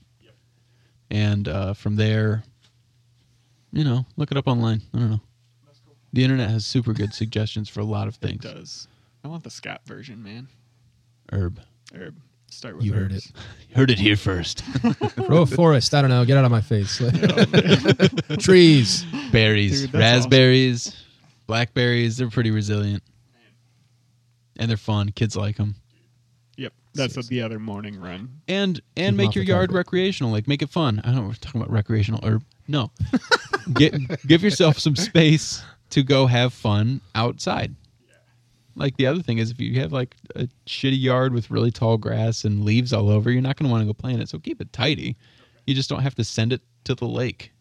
A: And uh, from there, you know, look it up online. I don't know. The internet has super good suggestions for a lot of
B: It
A: things.
B: does. I want the Scott version, man.
A: Herb,
B: Herb. Start with
D: You heard
B: herbs.
A: heard it here first.
D: Grow a forest. I don't know. Get out of my face. Trees.
A: Berries,
B: Dude, that's
A: raspberries, blackberries. They're pretty resilient, and they're fun. Kids like them.
B: Yep. That's the other morning run.
A: And
D: them
A: and
D: off
A: make your
D: the
A: yard
D: carpet.
A: recreational. Like make it fun. I don't. We're talking about recreational herb. No, get give yourself some space to go have fun outside. Like the other thing is, if you have like a shitty yard with really tall grass and leaves all over, you're not going to want to go play in it. So keep it tidy. You just don't have to send it to the lake.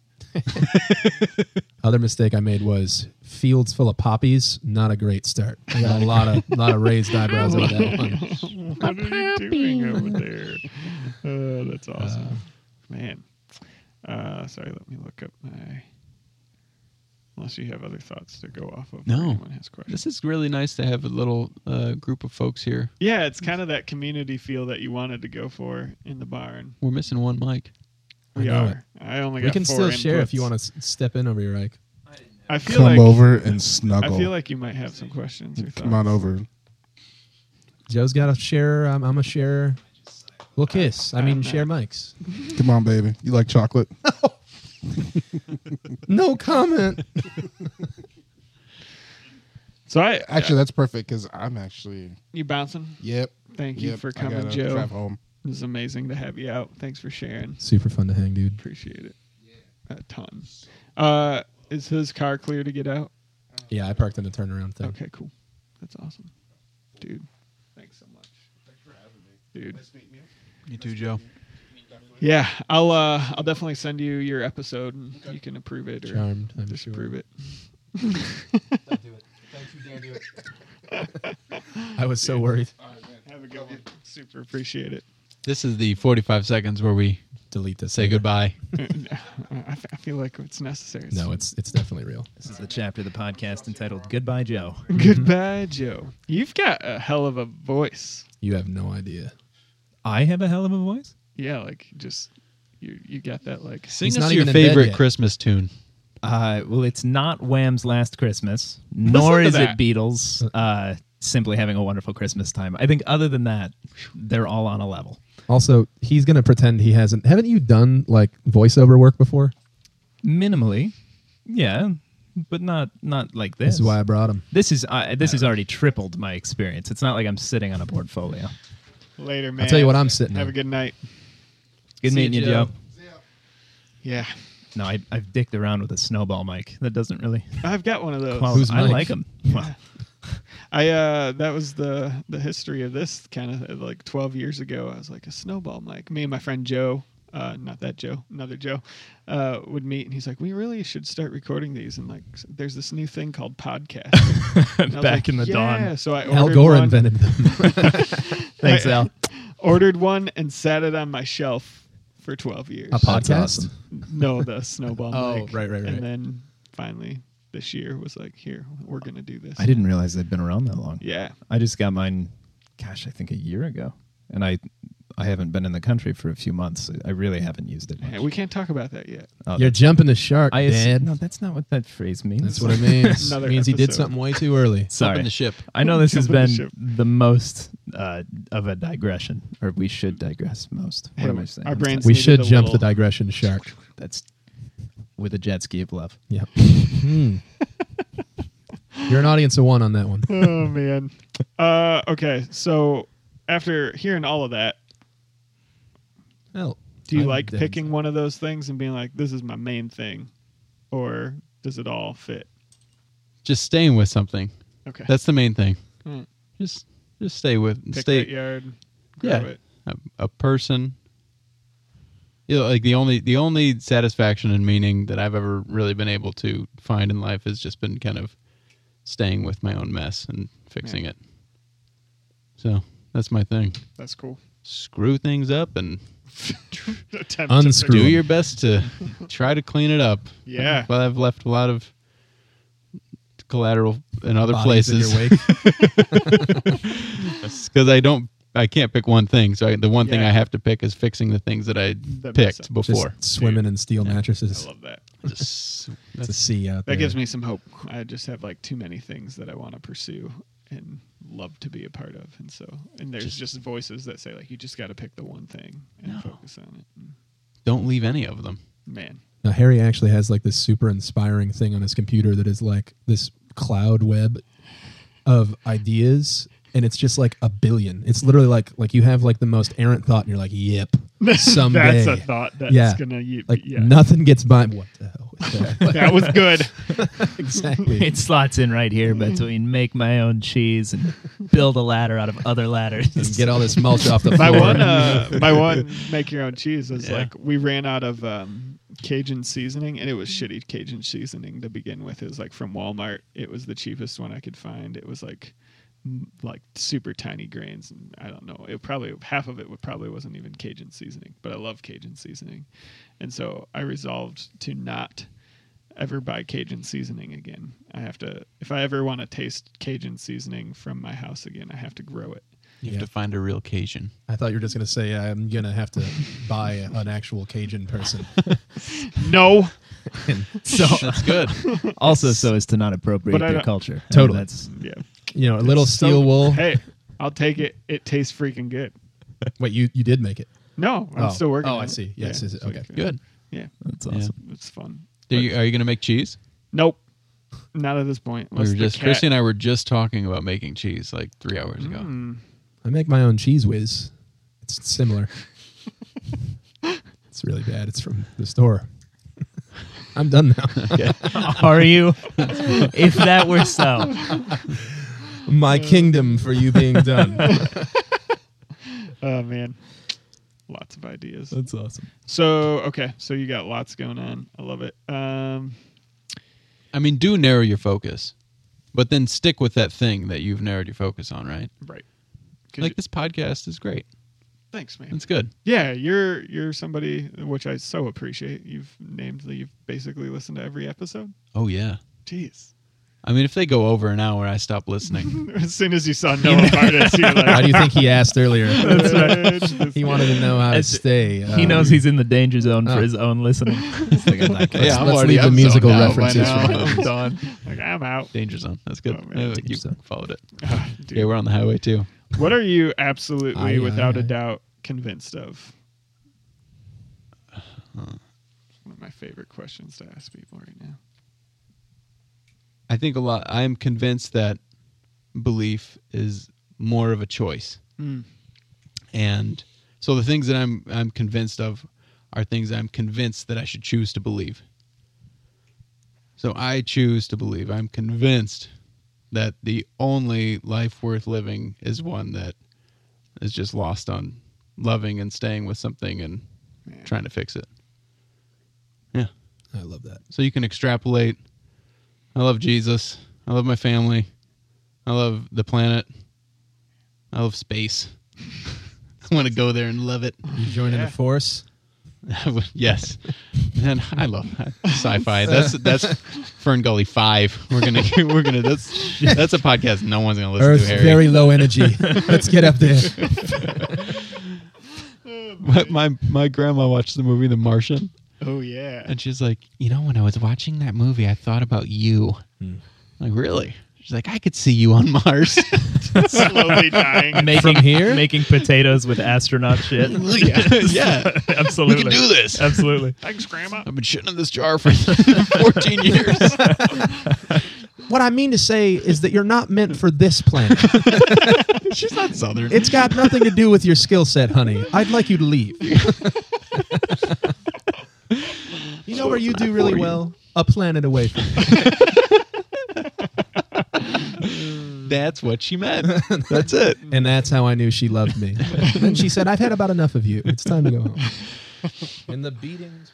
D: Other mistake I made was fields full of poppies. Not a great start. I got a lot of lot of raised eyebrows over that one.
B: What are you doing over there? Oh, that's
A: Uh,
B: awesome. Man. Uh, sorry, let me look up my. Unless you have other thoughts to go off of. or
A: No.
B: Anyone has questions.
A: This is really nice to have a little uh, group of folks here.
B: Yeah, it's kind of that community feel that you wanted to go for in the barn.
A: We're missing one mic.
B: We
D: know
B: are. I only got
D: We can
B: four
D: still share if you
B: inputs.
D: want to step in over here, Ike.
B: I feel
C: Come
B: like
C: over and snuggle.
B: I feel like you might have some questions or
C: Come on
B: thoughts.
C: over.
D: Joe's got a share. I'm, I'm a share. We'll kiss. I mean, share mics.
C: Come on, baby. You like chocolate?
D: No comment.
B: So I
C: Actually, that's perfect because I'm actually.
B: you bouncing.
C: Yep.
B: Thank you
C: yep,
B: for
C: I
B: coming,
C: gotta
B: Joe.
C: Drive home.
B: It was amazing to have you out. Thanks for sharing.
D: Super fun to hang, dude.
B: Appreciate it. A ton. Uh, is his car clear to get out?
D: Yeah, I parked in the turnaround thing.
B: Okay, cool. That's awesome, dude. Thanks so much. Dude,
A: You too, Joe.
B: yeah, I'll uh, I'll definitely send you your episode and you can approve it or
D: Charmed. I'm sure.
B: disapprove it.
D: I was so worried.
B: Have a good one. Super appreciate it.
A: This is the 45 seconds where we
D: Delete this.
A: say goodbye.
B: I f- I feel like it's necessary. It's-
D: No, it's it's definitely real.
G: This is the chapter of the podcast entitled Goodbye, Joe.
B: Goodbye, Joe. You've got a hell of a voice.
D: You have no idea.
G: I have a hell of a voice.
B: Yeah, like just you you got that like
A: Sing
D: He's
A: us
D: not
A: your
D: even in bed
A: favorite
D: yet.
A: Christmas tune.
G: Uh, well, it's not Wham's Last Christmas, nor
B: to
G: is
B: that.
G: it Beatles. Uh, simply having a wonderful Christmas time. I think, other than that, they're all on a level.
D: Also, he's gonna pretend he hasn't. Haven't you done like voiceover work before?
G: Minimally, yeah, but not not like this.
D: This is why I brought him.
G: This is uh, this has already tripled my experience. It's not like I'm sitting on a portfolio.
B: later, man.
D: tell you what I'm sitting
B: Have
D: on.
B: a good night.
G: Good
A: See
G: meeting
A: ya,
G: you, Joe.
A: Joe.
B: Yeah,
G: No, I, I've dicked around with a snowball mic. That doesn't really.
B: I've got one of those.
G: Well,
D: Who's
G: I
D: Mike?
G: like them. Well,
B: I uh that was the the history of this kind of like 12 years ago. I was like a snowball mic. Me and my friend Joe, uh not that Joe, another Joe, uh would meet and he's like, "We really should start recording these." And like s- there's this new thing called podcast. And I was
G: Back
B: like,
G: in the dawn.
B: "Yeah." So I
D: Al
B: ordered
D: Gore
B: one,
D: invented them.
G: Thanks, Al.
B: ordered one and sat it on my shelf for 12 years.
D: A podcast.
G: awesome.
B: no, the snowball
D: Oh,
B: mic.
D: right, right, right.
B: And then finally this year was like, "Here, we're going to do this."
G: I didn't realize they'd been around that long.
B: Yeah.
G: I just got mine, gosh, I think a year ago, and I, I haven't been in the country for a few months. I really haven't used it.
B: Hey,
G: Much.
B: we can't talk about that yet.
G: Oh,
D: You're jumping the shark,
G: I assu-
D: Dad.
G: no, that's not what that phrase means.
D: That's what it means. it
B: Another
D: means he did
B: episode.
D: something way too early.
A: Up in
G: Sorry,
A: the ship.
G: I know this has
B: Jumping the
G: been
B: ship.
G: the, most uh, of a digression, or we should digress most. What
B: Hey,
G: am I saying?
B: our
G: I'm
B: brains-
D: We
B: needed
D: should
B: a
D: jump
B: little-
D: the digression shark.
G: sorry. That's with a jet ski of love.
D: Yep. Hmm. You're an audience of one on that one.
B: oh man. Uh, okay, so after hearing all of that,
D: Well,
B: do you
D: I'm
B: like
D: dead.
B: picking one of those things and being like, "This is my main thing," or does it all fit?
A: Just staying with something.
B: Okay,
A: That's the main thing.
B: Mm.
A: Just just stay with
B: pick
A: stay
B: that yard.
A: Yeah.
B: grow it.
A: a, a person. You know, like the only the only satisfaction and meaning that I've ever really been able to find in life has just been kind of staying with my own mess and fixing it. So that's my thing.
B: That's cool.
A: Screw things up and
B: Attempt to
D: Unscrew
B: fix-
A: do
D: them.
A: your best to try to clean it up.
B: Yeah.
A: But I've left a lot of collateral in other
D: Bodies in your
A: places
D: wake.
A: because I don't. I can't pick one thing, so I, the one thing
B: Yeah.
A: I have to pick is fixing the things that I
B: makes sense.
A: picked
D: Just
A: before.
D: swimming in steel
B: I
D: mattresses.
B: love that.
A: Just-
D: It's a sea
B: That
D: out there.
B: gives me some hope. I just have like too many things that I want to pursue and love to be a part of, and so and there's just, voices that say like, "You just got to pick the one thing and focus on it." And
A: don't leave any of them.
B: Man,
D: Now Harry actually has like this super inspiring thing on his computer that is like this cloud web of ideas and it's just like a billion. It's literally like like you have like the most errant thought and you're like, "Yep." Someday.
B: that's a thought that's
D: Yeah.
B: gonna you,
D: Like
B: yeah.
D: nothing gets by what the hell is that?
B: that was good.
D: exactly.
G: It slots in right here between make my own cheese and build a ladder out of other ladders.
D: and get all this mulch off the
B: my
D: floor.
B: one, uh, my one, make your own cheese was like we ran out of um, Cajun seasoning, and it was shitty Cajun seasoning to begin with. It was like from Walmart. It was the cheapest one I could find. It was like m- like super tiny grains and i don't know it probably half of it would probably wasn't even cajun seasoning but i love cajun seasoning and so i resolved to not ever buy Cajun seasoning again. I have to if I ever want to taste Cajun seasoning from my house again, I have to grow it.
A: You have to find a real Cajun.
D: I thought you were just going to say I'm going to have to buy an actual Cajun person.
B: No.
G: so
A: That's good.
G: also so as to not appropriate
B: But I
G: their
B: don't-
G: culture. I mean,
D: Totally.
G: that's
B: Yeah.
D: You know, a little steel wool.
B: Hey, I'll take it. It tastes freaking good.
D: Wait, you you did make it.
B: No, I'm
D: Oh.
B: still working.
D: Oh,
B: on
D: I
B: it.
D: see. Yes, is it-
B: it's
D: okay.
B: like, uh,
A: Good.
B: Yeah,
G: that's
A: Yeah.
G: awesome.
B: it's fun.
A: Do you, are you going to make cheese?
B: Nope. Not at this point.
A: We were
B: unless the
A: just
B: cat-
A: Christy and I were just talking about making cheese like three hours ago.
B: Mm.
D: I make my own cheese whiz. It's similar. it's really bad. It's from the store. I'm done now.
H: Are you? if that were so.
D: My kingdom for you being done.
B: Oh man, lots of ideas.
D: That's awesome.
B: So okay, so you got lots going on. I love it. Um,
A: I mean, do narrow your focus, but then stick with that thing that you've narrowed your focus on, right?
B: right. Could
A: like
B: you-
A: this podcast is great.
B: thanks, man.
A: It's good.
B: Yeah, you're you're somebody which I so appreciate. You've named that you've basically listened to every episode.
A: Oh yeah.
B: Jeez.
A: I mean, if they go over an hour, I stop listening.
B: As soon as you saw Noah Bartis, you're like,
D: Why do you think he asked earlier?
B: right.
D: He wanted to know how to
H: It's-
D: stay.
H: He
D: Um,
H: knows he's in the danger zone for
D: Oh.
H: his own listening.
D: let's- let's leave the musical references for now.
E: I'm done.
B: like, I'm out.
A: Danger zone. That's good.
B: Oh,
A: I
B: man.
A: think you
D: Danger zone.
A: followed it.
B: Ah, dude.
A: Yeah, we're on the highway too.
B: What are you absolutely,
D: Aye, aye,
B: without a
D: aye.
B: doubt, convinced of? One of my favorite questions to ask people right now.
A: I think a lot. I am convinced that belief is more of a choice,
B: Mm.
A: and so the things that I'm I'm convinced of are things I'm convinced that I should choose to believe. So I choose to believe. I'm convinced that the only life worth living is one that is just lost on loving and staying with something and
B: Man.
A: trying to fix it.
D: I love that.
A: so you can extrapolate. I love Jesus. I love my family. I love the planet. I love space. I want to go there and love it.
D: You joining the force?
A: yes, and I love sci-fi.
D: uh,
A: That's that's Fern Gully Five. We're gonna we're gonna that's that's a podcast no one's gonna listen
D: Earth's
A: to. Harry.
D: very low energy. Let's get up there.
A: my, my my grandma watched the movie The Martian,
B: Oh yeah.
A: and she's like, you know, when I was watching that movie, I thought about you.
D: Hmm.
A: Like really? She's like, I could see you on Mars.
B: Slowly dying.
H: making
D: From here?
H: making potatoes with astronaut shit.
A: yeah, yeah.
H: Absolutely.
A: We can do this.
H: Absolutely.
B: Thanks, Grandma.
A: I've been shitting in this jar for 14 years.
D: What I mean to say is that you're not meant for this planet.
A: She's not Southern.
D: It's got nothing to do with your skill set, honey. I'd like you to leave. you know where you do really well? A planet away from me.
A: That's what she meant. That's it.
D: And that's how I knew she loved me. then she said, I've had about enough of you. It's time to go home. And the beatings.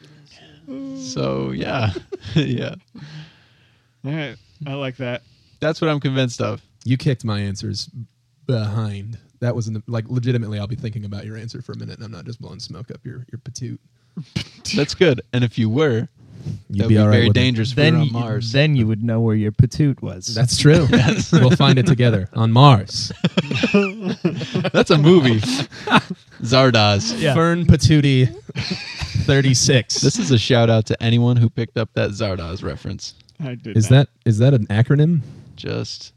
A: So, yeah. yeah.
B: All right. I like that.
A: That's what I'm convinced of.
D: You kicked my answers behind. That was an, like legitimately. I'll be thinking about your answer for a minute, and I'm not just blowing smoke up your your patoot.
A: That's good. And if you were,
D: You'd
A: that would be,
D: all right
A: very
D: with it.
A: dangerous if we
H: Then
A: were on
H: you-
A: Mars.
H: then you would know where your patoot was.
D: That's true. we'll find it together on Mars.
A: That's a movie. Zardoz.
H: Yeah.
D: Fern Patootie, thirty six.
A: This is a shout out to anyone who picked up that Zardoz reference.
B: I did.
D: Is that is that an acronym?
A: Just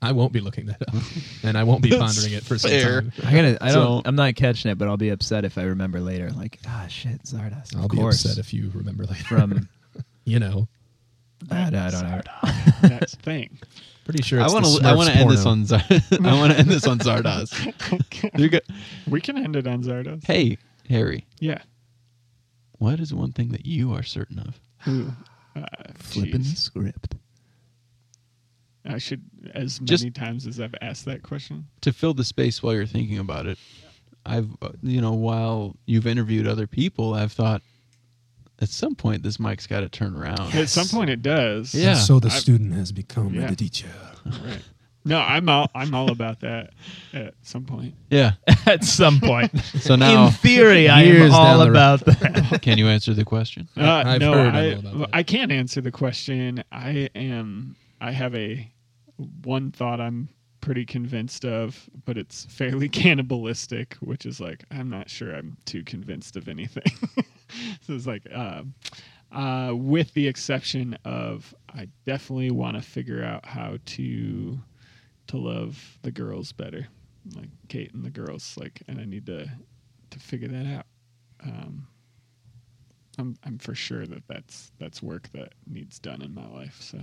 D: I won't be looking that up, and I won't be pondering it for some
A: fair.
D: time.
H: I gotta. I
A: So-
H: don't. I'm not catching it, but I'll be upset if I remember later. Like, ah, shit, Zardas.
D: I'll
H: of
D: be
H: course.
D: upset if you remember later.
H: from.
D: you know,
H: I don't, I don't know.
B: that thing?
D: pretty sure.
A: I
D: It's
A: want
D: want
A: to I want to end this on Zar- I want to end this on Zardoz. You're go-
B: We can end it on Zardos.
A: hey, Harry.
B: Yeah.
A: What is one thing that you are certain of?
H: Flipping the
B: Uh, Jeez.
H: script.
B: I should as many
A: Just-
B: times as I've asked that question.
A: to fill the space while you're thinking about it i've uh, you know while you've interviewed other people i've thought at some point this mic's got to turn around
B: At some point, it does.
A: Yeah.
D: So the
B: I've-
D: student has become
B: Yeah.
D: the teacher.
B: Right. No, I'm all I'm all about that at some point.
A: yeah
H: At some point.
A: so now
H: In theory, I am
D: Years down
H: all
D: the road.
H: about that.
A: can you answer the question
B: Uh,
D: I've
B: no,
D: heard
B: I,
D: all about that.
B: I can't answer the question. I am. I have a one thought I'm pretty convinced of, but it's fairly cannibalistic, which is like I'm not sure I'm too convinced of anything. so it's like, uh, uh, with the exception of, I definitely want to figure out how to to love the girls better, like Kate and the girls, like, and I need to to figure that out. Um, I'm I'm for sure that that's that's work that needs done in my life. So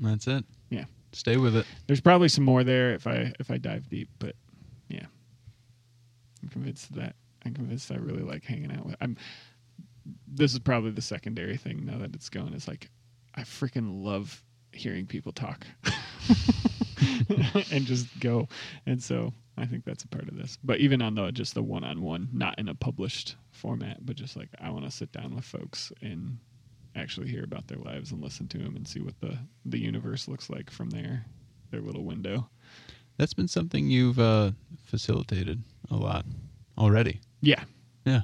A: That's it.
B: Yeah.
A: Stay with it.
B: There's probably some more there if I if I dive deep, but yeah, I'm convinced that I'm convinced I really like hanging out with. I'm. This is probably the secondary thing now that it's going. Is like, I freaking love hearing people talk and just go, and so I think that's a part of this. But even on the just the one on one, not in a published format, but just like I want to sit down with folks and actually hear about their lives and listen to them and see what the the universe looks like from their their little window.
A: That's been something you've uh, facilitated a lot already.
B: Yeah,
A: Yeah.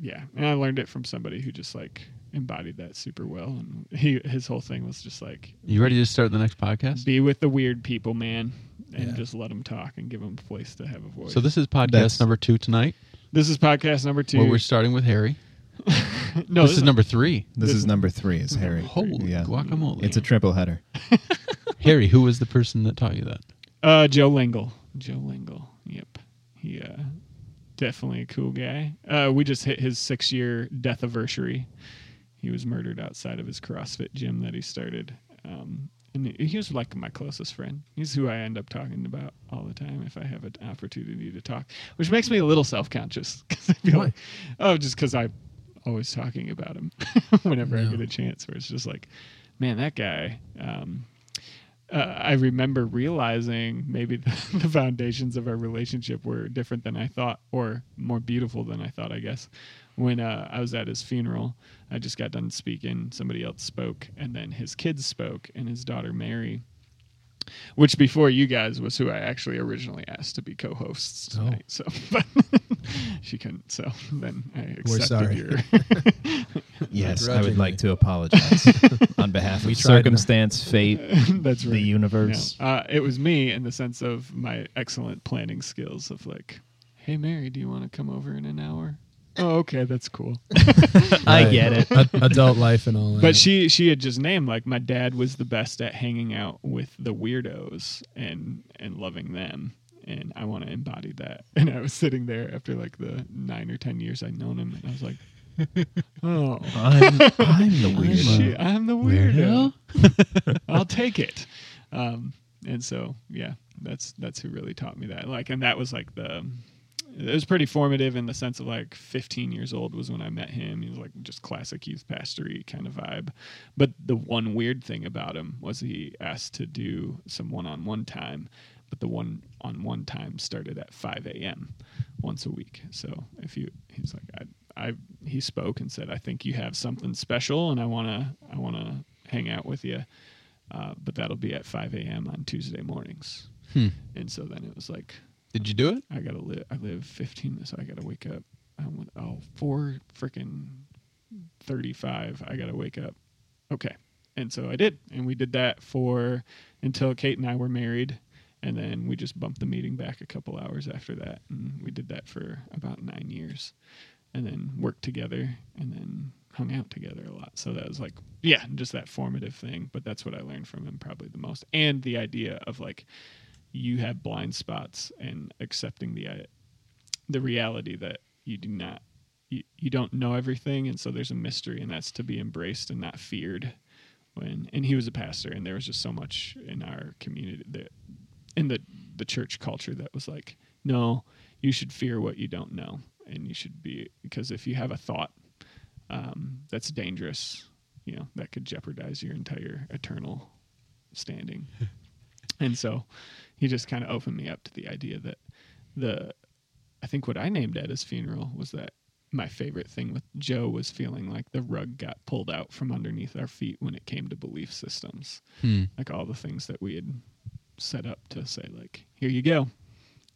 B: yeah. And I learned it from somebody who just like embodied that super well. And he his whole thing was just like
A: You ready to start the next podcast?
B: be with the weird people, man, and
D: Yeah.
B: just let them talk and give them a place to have a voice.
A: So this is podcast
G: That's-
A: number two tonight,
B: this is podcast number two.
A: where we're starting with Harry.
B: no,
A: this is number three.
G: This is number three. Is Harry?
A: Holy
G: yeah.
A: guacamole!
G: It's a triple header.
A: Harry, who was the person that taught you that?
B: Uh, Joe Lingle. Joe Lingle. Yep. He uh, definitely a cool guy. Uh, we just hit his six year death anniversary. He was murdered outside of his CrossFit gym that he started. Um, and he was like my closest friend. He's who I end up talking about all the time if I have an opportunity to talk, which makes me a little self conscious because I feel like, oh, just because I'm always talking about him whenever I get a chance, where it's just like, man, that guy. Um, uh, I remember realizing maybe the, the foundations of our relationship were different than I thought, or more beautiful than I thought, I guess. When uh, I was at his funeral, I just got done speaking. Somebody else spoke, and then his kids spoke, and his daughter Mary, which before you guys was who I actually originally asked to be co-hosts
D: Oh.
B: tonight. So, but she couldn't. So then I accepted
D: We're sorry.
B: your.
G: Yes, I would
D: Begrudgingly.
G: like to apologize on behalf
D: We
G: of
D: tried enough.
G: circumstance, fate,
B: That's right.
G: the universe.
B: No. Uh, it was me in the sense of my excellent planning skills of like, hey Mary, do you want to come over in an hour? Oh, okay, that's cool.
H: I
D: Right.
H: get it.
D: Ad- adult life and all that.
B: But she she had just named like my dad was the best at hanging out with the weirdos and and loving them. And I want to embody that. And I was sitting there after like the nine or ten years I'd known him, and I was like, "Oh,
G: I'm, I'm the weirdo.
B: shit, I'm the weirdo. I'll take it. Um, and so, yeah, that's that's who really taught me that. Like, and that was like the. It was pretty formative in the sense of like 15 years old was when I met him. He was like just classic youth pastory kind of vibe. But the one weird thing about him was he asked to do some one on one time, but the one on one time started at 5 a.m. once a week. So if you, he's like, I, I, he spoke and said, I think you have something special and I want to, I want to hang out with you. Uh, but that'll be at 5 a.m. on Tuesday mornings. And so then it was like,
A: Did you do it?
B: I gotta live. I live 15, so I gotta wake up. I'm with oh four freaking 35. I gotta wake up. Okay, and so I did, and we did that for until Kate and I were married, and then we just bumped the meeting back a couple hours after that, and we did that for about nine years, and then worked together, and then hung out together a lot. So that was like, yeah, just that formative thing. But that's what I learned from him probably the most, and the idea of like you have blind spots and accepting the uh, the reality that you do not you, you don't know everything and so there's a mystery and that's to be embraced and not feared when and he was a pastor and there was just so much in our community that in the the church culture that was like no you should fear what you don't know and you should be because if you have a thought um, that's dangerous you know that could jeopardize your entire eternal standing and so he just kind of opened me up to the idea that the I think what I named at his funeral was that my favorite thing with Joe was feeling like the rug got pulled out from underneath our feet when it came to belief systems.
A: Hmm.
B: Like all the things that we had set up to say like here you go.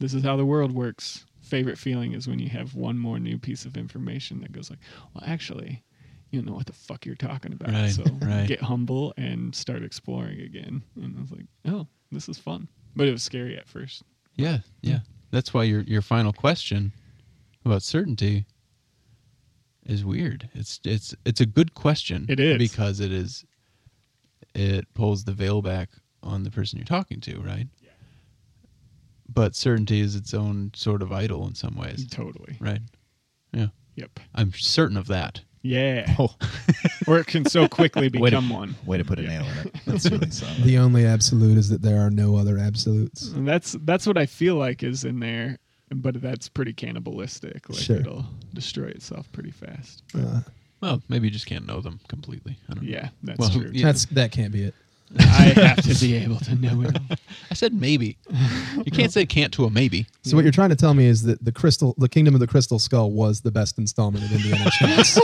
B: This is how the world works. Favorite feeling is when you have one more new piece of information that goes like, well actually, you don't know what the fuck you're talking about.
A: Right,
B: so
A: right.
B: get humble and start exploring again. And I was like, oh, this is fun. But it was scary at first.
A: Yeah, yeah. That's why your your final question about certainty is weird. It's it's it's a good question.
B: It is.
A: because it is it pulls the veil back on the person you're talking to, right? Yeah. But certainty is its own sort of idol in some ways,
B: Totally.
A: right?
B: Yep.
A: I'm certain of that.
B: Yeah.
G: Oh.
B: Or it can so quickly
G: Way to-
B: become one.
G: Way to put a nail in it. That's really solid.
D: The only absolute is that there are no other absolutes.
B: And that's that's what I feel like is in there, but that's pretty cannibalistic. Like
D: Sure.
B: it'll destroy itself pretty fast.
D: Uh,
A: Well, maybe you just can't know them completely. I don't know.
B: Yeah, that's
A: Well,
B: true.
A: yeah.
D: That's that can't be it.
B: I have to be able to know it. all.
A: I said maybe. You can't say can't to a maybe.
D: So what you're trying to tell me is that the crystal, the Kingdom of the Crystal Skull, was the best installment of Indiana Jones.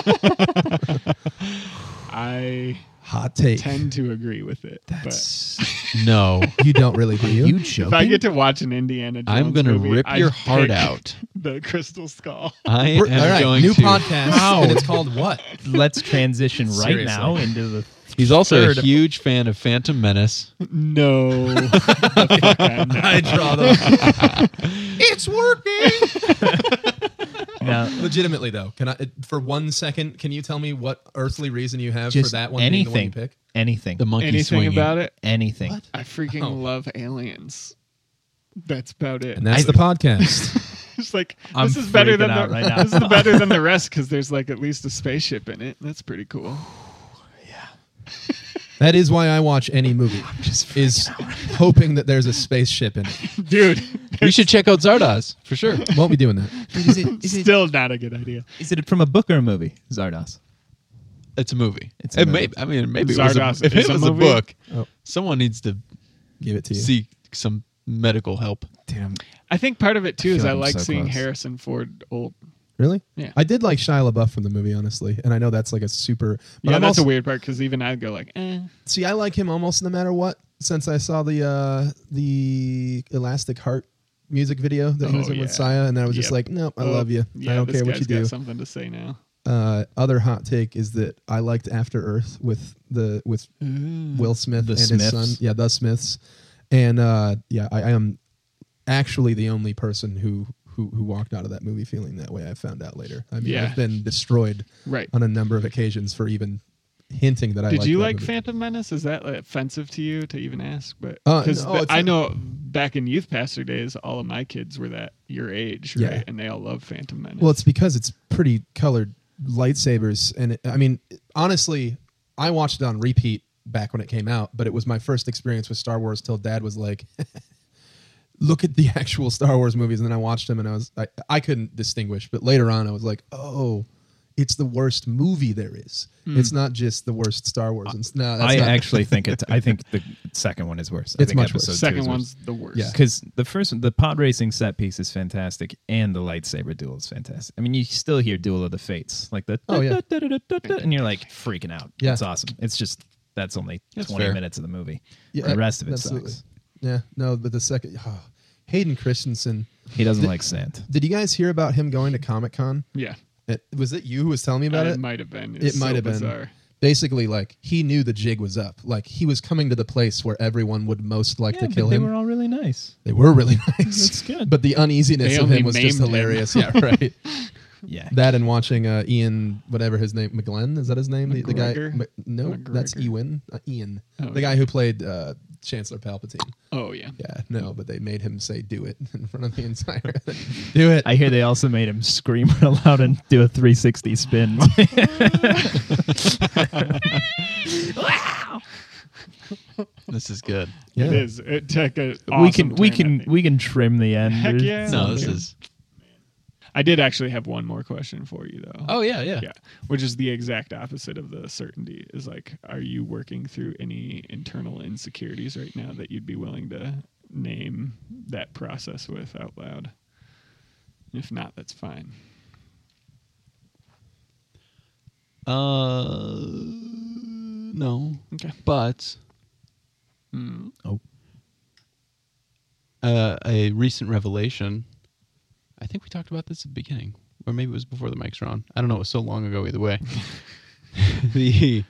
B: I
D: Hot take.
B: tend to agree with it. But
A: No.
D: You don't really do you?
H: You
B: if I
H: joking?
B: get to watch an Indiana Jones
A: I'm going to
B: movie,
A: rip
B: I'd
A: your heart
B: pick
A: out.
B: The Crystal Skull.
A: I am
D: We're- all right,
A: going
D: new
A: to.
D: podcast, and it's called what?
H: Let's transition right
G: Seriously.
H: now into the.
A: He's also
H: Third.
A: a huge fan of Phantom Menace.
B: No. The fuck I'm not.
D: I draw the
F: It's working.
H: Now,
D: legitimately though. Can I for one second? Can you tell me what earthly reason you have
H: just
D: for that one?
H: anything,
D: Being the one you pick?
H: anything,
A: The monkey
B: Anything
A: swinging.
B: about it?
H: anything.
B: I freaking
A: Oh.
B: love aliens. That's about it.
D: And that's the podcast.
B: It's like
H: I'm
B: this is better than
H: freaking
B: the
H: out right now.
B: this is the better than the rest because there's like at least a spaceship in it. That's pretty cool.
D: that is why I watch any movie. is hoping that there's a spaceship in it.
B: dude.
A: We should check out Zardoz for sure.
D: Won't be doing that.
H: Is it, is, it,
B: Still not a good idea.
H: is it from a book or a movie? Zardos.
A: It's a movie.
H: It's
A: It's
H: a
A: it
H: movie.
A: May, I mean, maybe it was a,
B: Zardoz
A: if
B: is
A: it
B: a
A: was a,
B: movie?
A: book,
D: Oh.
A: someone needs to
D: Give it to you.
A: seek some medical help.
G: Damn.
B: I think part of it too is
G: feel
B: I
G: I'm
B: like
G: so
B: seeing
G: close.
B: Harrison Ford old.
D: Really?
B: Yeah.
D: I did like Shia LaBeouf from the movie, honestly, and I know that's like a super. But
B: yeah,
D: I'm
B: that's
D: also,
B: a weird part because even I'd go like, eh.
D: See, I like him almost no matter what. Since I saw the uh the Elastic Heart music video that he was
B: Oh,
D: in with
B: yeah.
D: Saya, and I was just
B: Yep.
D: like, nope, I
B: oh,
D: love you.
B: Yeah,
D: I don't
B: this
D: care what
B: guy's
D: you
B: got
D: do.
B: Something to say now.
D: Uh, other hot take is that I liked After Earth with the with
G: Hmm.
D: Will Smith
G: The
D: and his
G: Smiths.
D: son. Yeah, the Smiths. And uh, yeah, I, I am actually the only person who, who who walked out of that movie feeling that way. I found out later. I mean,
B: Yeah.
D: I've been destroyed
B: Right.
D: on a number of occasions for even hinting that I
B: Did
D: liked
B: you
D: that
B: like
D: movie.
B: Phantom Menace? Is that like, offensive to you to even ask? But
D: Uh,
B: because
D: no, it's
B: I
D: not-
B: know back in youth pastor days, all of my kids were that your age,
D: Yeah.
B: right? And they all love Phantom Menace.
D: Well, it's because it's pretty colored lightsabers, and it, I mean, honestly, I watched it on repeat back when it came out, but it was my first experience with Star Wars till Dad was like, "Look at the actual Star Wars movies," and then I watched them, and I was I, I couldn't distinguish, but later on, I was like, "Oh." It's the worst movie there is. It's not just the worst Star Wars. It's, no, that's
G: Hmm. I
D: not-
G: actually think it's. I think the second one is worse. I
D: It's
G: think
D: much worse.
G: episode two
B: second
G: is
B: one's the worst.
D: Yeah.
G: because the first the pod racing set piece is fantastic and the lightsaber duel is fantastic i mean you still hear duel of the fates like the
D: Oh, yeah.
G: and you're like freaking out
D: Yeah.
G: it's awesome it's just that's only
A: That's
G: 20
A: fair.
G: minutes of the movie
D: Yeah,
G: the rest of it
D: absolutely.
G: sucks
D: Yeah, no, but the second oh, Hayden Christensen.
G: he doesn't like sand
D: Did you guys hear about him going to Comic Con?
B: Yeah.
D: Was it you who was telling me
B: Uh,
D: about
B: it
D: it?
B: might have been.
D: it might have been basically like he knew the jig was up. Like he was coming to the place where everyone would most like to kill
G: they
D: him.
G: were all really nice
D: they were really nice.
G: That's good.
D: But the uneasiness
B: They
D: of
B: only
D: him was just
B: maimed him.
D: hilarious. yeah, right.
G: yeah
D: That and watching uh, Ian, whatever his name, McGlenn is that his name? The, the guy?
B: McGregor?
D: Mc- no, that's
B: McGregor.
D: Ewan. Uh, Ian,
B: Oh,
D: the guy who played uh, Chancellor Palpatine.
B: Oh yeah.
D: Yeah, no, but they made him say "do it" in front of the entire. do it.
H: I hear they also made him scream real loud and do a 360 spin.
A: This is good.
D: yeah.
B: It is. It took a.
H: we
B: awesome
H: can we
B: turn, I
H: can
B: think.
H: we can trim the end.
B: Heck
H: dude.
B: yeah.
A: No,
B: Okay.
A: this is.
B: I did actually have one more question for you though.
A: Oh yeah, yeah.
B: Yeah, which is the exact opposite of the certainty. Is like, are you working through any internal insecurities right now that you'd be willing to name that process with out loud? If not, that's fine.
A: Uh, no,
B: Okay.
A: but mm, uh, a recent revelation. I think we talked about this at the beginning, or maybe it was before the mics were on. I don't know. It was so long ago. Either way, the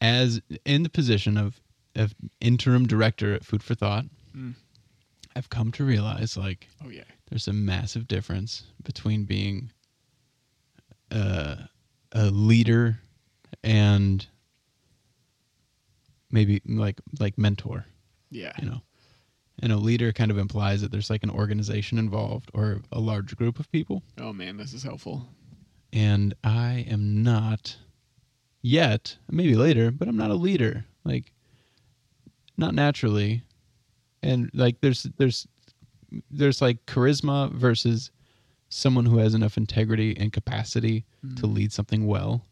A: as in the position of of interim director at Food for Thought, I've come to realize like
B: Oh yeah.
A: there's a massive difference between being uh, a leader and maybe like like mentor
B: Yeah.
A: you know and a leader kind of implies that there's like an organization involved or a large group of people
B: Oh man, this is helpful.
A: and I am not yet, maybe later, but I'm not a leader. Like not naturally. And like there's there's there's like charisma versus someone who has enough integrity and capacity to lead something well.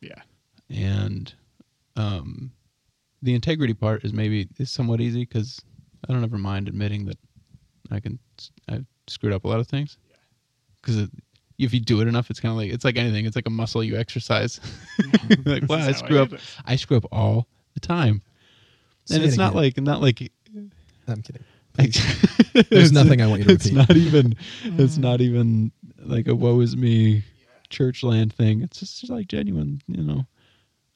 B: Yeah.
A: And um the integrity part is maybe is somewhat easy cuz I don't ever mind admitting that I can I've screwed up a lot of things. Cuz if you do it enough, it's kind of like it's like anything. It's like a muscle you exercise. like wow,
B: is
A: I
B: how I
A: screw up.
B: did it."
A: I screw up all the time, and
D: it
A: it's not
D: again.
A: like not like
D: I'm kidding.
A: there's
D: nothing I want you to
A: It's
D: repeat.
A: not even.
B: Mm.
A: It's not even like a woe is me church land thing. It's just like genuine. You know,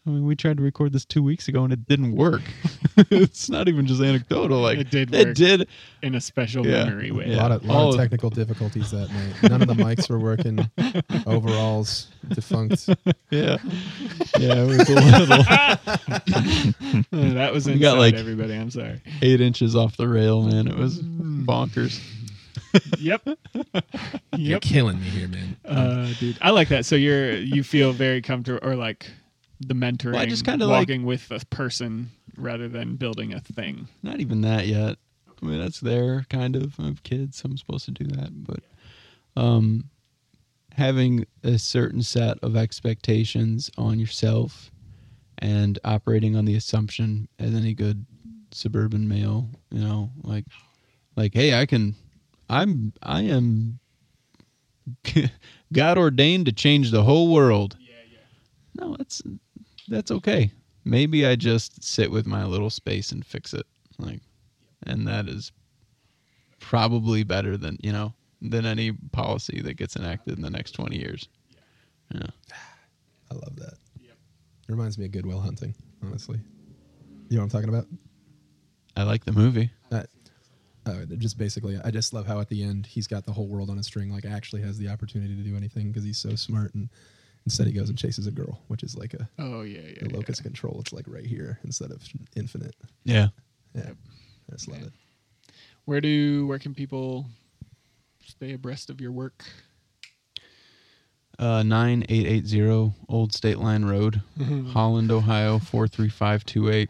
A: I mean, we tried to record this two weeks ago and it didn't work. it's not even just anecdotal. Like
B: It did
A: It
B: work.
A: did.
B: in a special
A: Yeah.
B: memory way.
D: A lot of, lot
A: All
D: of
A: of-
D: technical difficulties that night. None of the mics were working. Overalls defunct.
A: Yeah. Yeah. It was a little
B: that was
A: You
B: inside
A: got, like-
B: everybody. I'm sorry.
A: eight inches off the rail, man. It was
B: Mm.
A: bonkers.
B: Yep.
D: You're
B: Yep.
D: killing me here, man.
B: Uh, dude, I like that. So you're you feel very comfortable, or like the mentoring,
A: Well, I just kinda like-
B: walking with a person rather than building a thing.
A: not even that yet. I mean, that's there kind of. I have kids, so I'm supposed to do that. But um, having a certain set of expectations on yourself and operating on the assumption as any good suburban male, you know, like, like, hey, I can, I'm, I am God ordained to change the whole world. Yeah, yeah. No, that's that's okay. Maybe I just sit with my little space and fix it. Like and that is probably better than, you know, than any policy that gets enacted in the next 20 years. Yeah.
D: I love that. It reminds me of Goodwill Hunting, honestly. You know what I'm talking about?
A: I like the movie.
D: That, uh, they're just basically, I just love how at the end he's got the whole world on a string. Like, actually has the opportunity to do anything because he's so smart, and instead he goes and chases a girl, which is like a,
B: Oh yeah, yeah.
D: a locus control. It's like right here instead of infinite.
A: Yeah.
D: Yeah, I just love it.
B: Where do where can people stay abreast of your work?
A: Uh, 9880 Old State Line Road, Holland, Ohio 43528.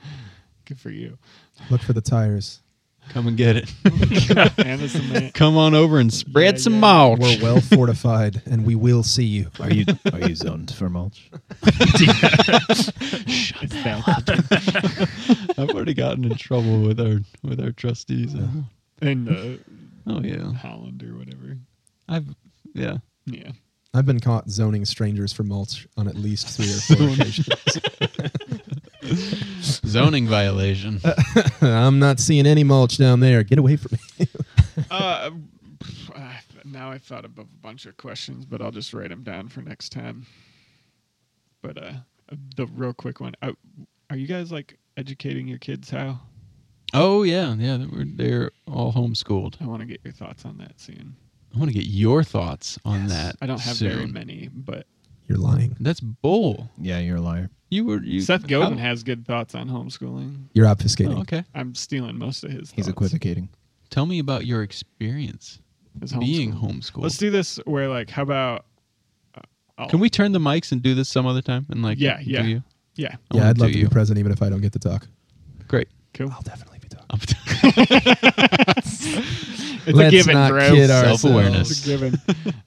B: Good for you.
D: Look for the tires.
A: Come and get it.
B: and the cement.
A: Come on over and spread
B: Yeah,
A: some
B: yeah.
A: mulch.
D: We're well fortified, and we will see you.
G: Are you are you zoned for mulch?
B: It's that-
A: I've already gotten in trouble with our with our trustees.
B: and the
A: Oh yeah.
B: Holland or whatever.
A: I've yeah.
B: Yeah.
D: I've been caught zoning strangers for mulch on at least three or four occasions.
A: Zoning violation.
D: I'm not seeing any mulch down there. Get away from me.
B: Uh, I- now I've thought of a bunch of questions, but I'll just write them down for next time. But uh, the real quick one: uh, Are you guys like educating your kids how?
A: Oh yeah, yeah. they were- They're all homeschooled.
B: I want to get your thoughts on that soon.
A: I want to get your thoughts on that.
B: I don't have
A: soon.
B: very many, but
D: You're lying.
A: That's bull.
G: Yeah, you're a liar.
A: You were you.
B: Seth Godin
A: Oh,
B: has good thoughts on homeschooling.
D: You're obfuscating.
A: oh, okay.
B: I'm stealing most of his.
G: He's
B: thoughts.
G: equivocating.
A: Tell me about your experience
B: His
A: being
B: homeschool.
A: homeschooled.
B: Let's do this. Where like, how about? uh, I'll-
A: Can we turn the mics and do this some other time? And like,
B: Yeah,
A: do
B: yeah.
A: you?
B: Yeah.
A: I
D: Yeah,
A: wanna
D: I'd love
A: do
D: to
A: you.
D: be present even if I don't get to talk.
A: Great.
B: Cool.
D: I'll definitely be talking.
A: I'm
B: It's
D: Let's
B: a given,
D: not
B: bro.
D: kid
A: Self-awareness.
B: It's a given.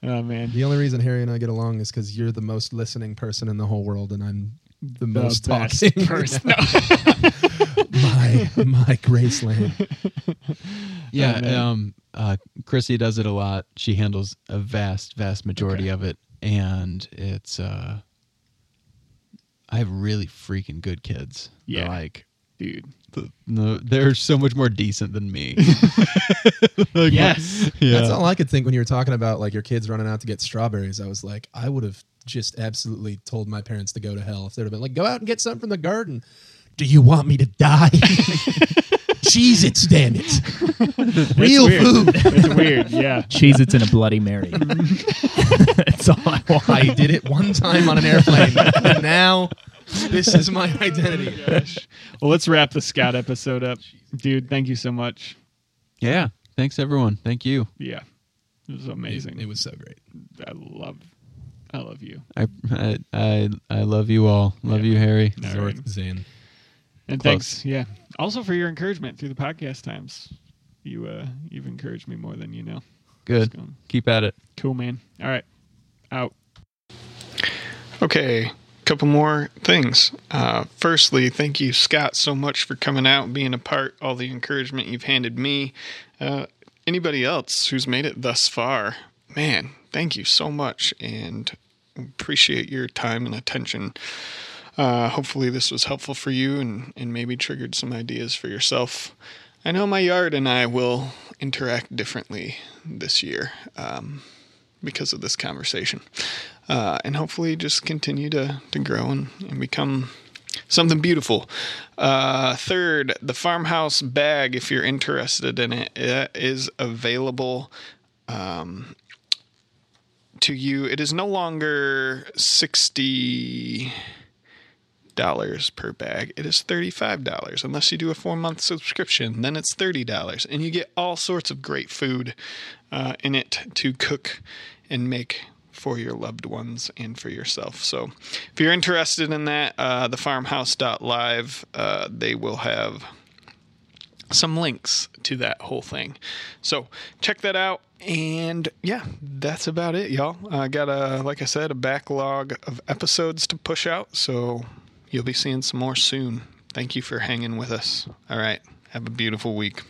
B: oh man.
D: The only reason Harry and I get along is because you're the most listening person in the whole world, and I'm the,
B: The
D: most
B: best
D: talking.
B: person.
D: my my Graceland.
A: yeah.
B: And then-
A: um, uh, Chrissy does it a lot. She handles a vast, vast majority
B: Okay.
A: of it, and it's. uh I have really freaking good kids. They're
B: Yeah.
A: Like
B: dude.
A: th- no, they're so much more decent than me. Like,
B: Yes.
A: Yeah.
D: That's all I could think when you were talking about like your kids running out to get strawberries. I was like, I would have just absolutely told my parents to go to hell if they'd have been like, go out and get some from the garden. Do you want me to die? Jeez, it's damn it. Real
B: weird.
D: food.
B: It's weird. Yeah.
H: Cheese it's in a Bloody Mary. That's all I want.
D: I did it one time on an airplane. and now this is my identity.
B: Gosh. Well, let's wrap the scout episode up, dude. Thank you so much.
A: Yeah. Thanks everyone. Thank you.
B: Yeah, it was amazing.
D: It was so great.
B: I love
I: I love you.
A: I I I, I love you all. Love you, Harry.
I: No,
D: Zork
I: right.
D: Zane.
I: And
A: Close.
I: thanks, yeah. Also for your encouragement through the podcast times. You uh you've encouraged me more than you know. It's
A: Good.
I: going-
A: Keep at it.
I: Cool man. All right. Out.
B: Okay, couple more things. Uh, firstly, thank you, Scott, so much for coming out, being a part, all the encouragement you've handed me. Uh, anybody else who's made it thus far, man, thank you so much and appreciate your time and attention. Uh, hopefully, this was helpful for you and, and maybe triggered some ideas for yourself. I know my yard and I will interact differently this year um, because of this conversation uh, and hopefully just continue to, to grow and, and become something beautiful. Uh, third, the farmhouse bag, if you're interested in it, it is available um, to you. It is no longer 60 dollars per bag it is $35 unless you do a four month subscription then it's $30 and you get all sorts of great food uh, in it to cook and make for your loved ones and for yourself so if you're interested in that uh, the farmhouse.live uh, they will have some links to that whole thing. So check that out. And yeah, that's about it, y'all. I got a, like I said, a backlog of episodes to push out. So you'll be seeing some more soon. Thank you for hanging with us. All right. Have a beautiful week.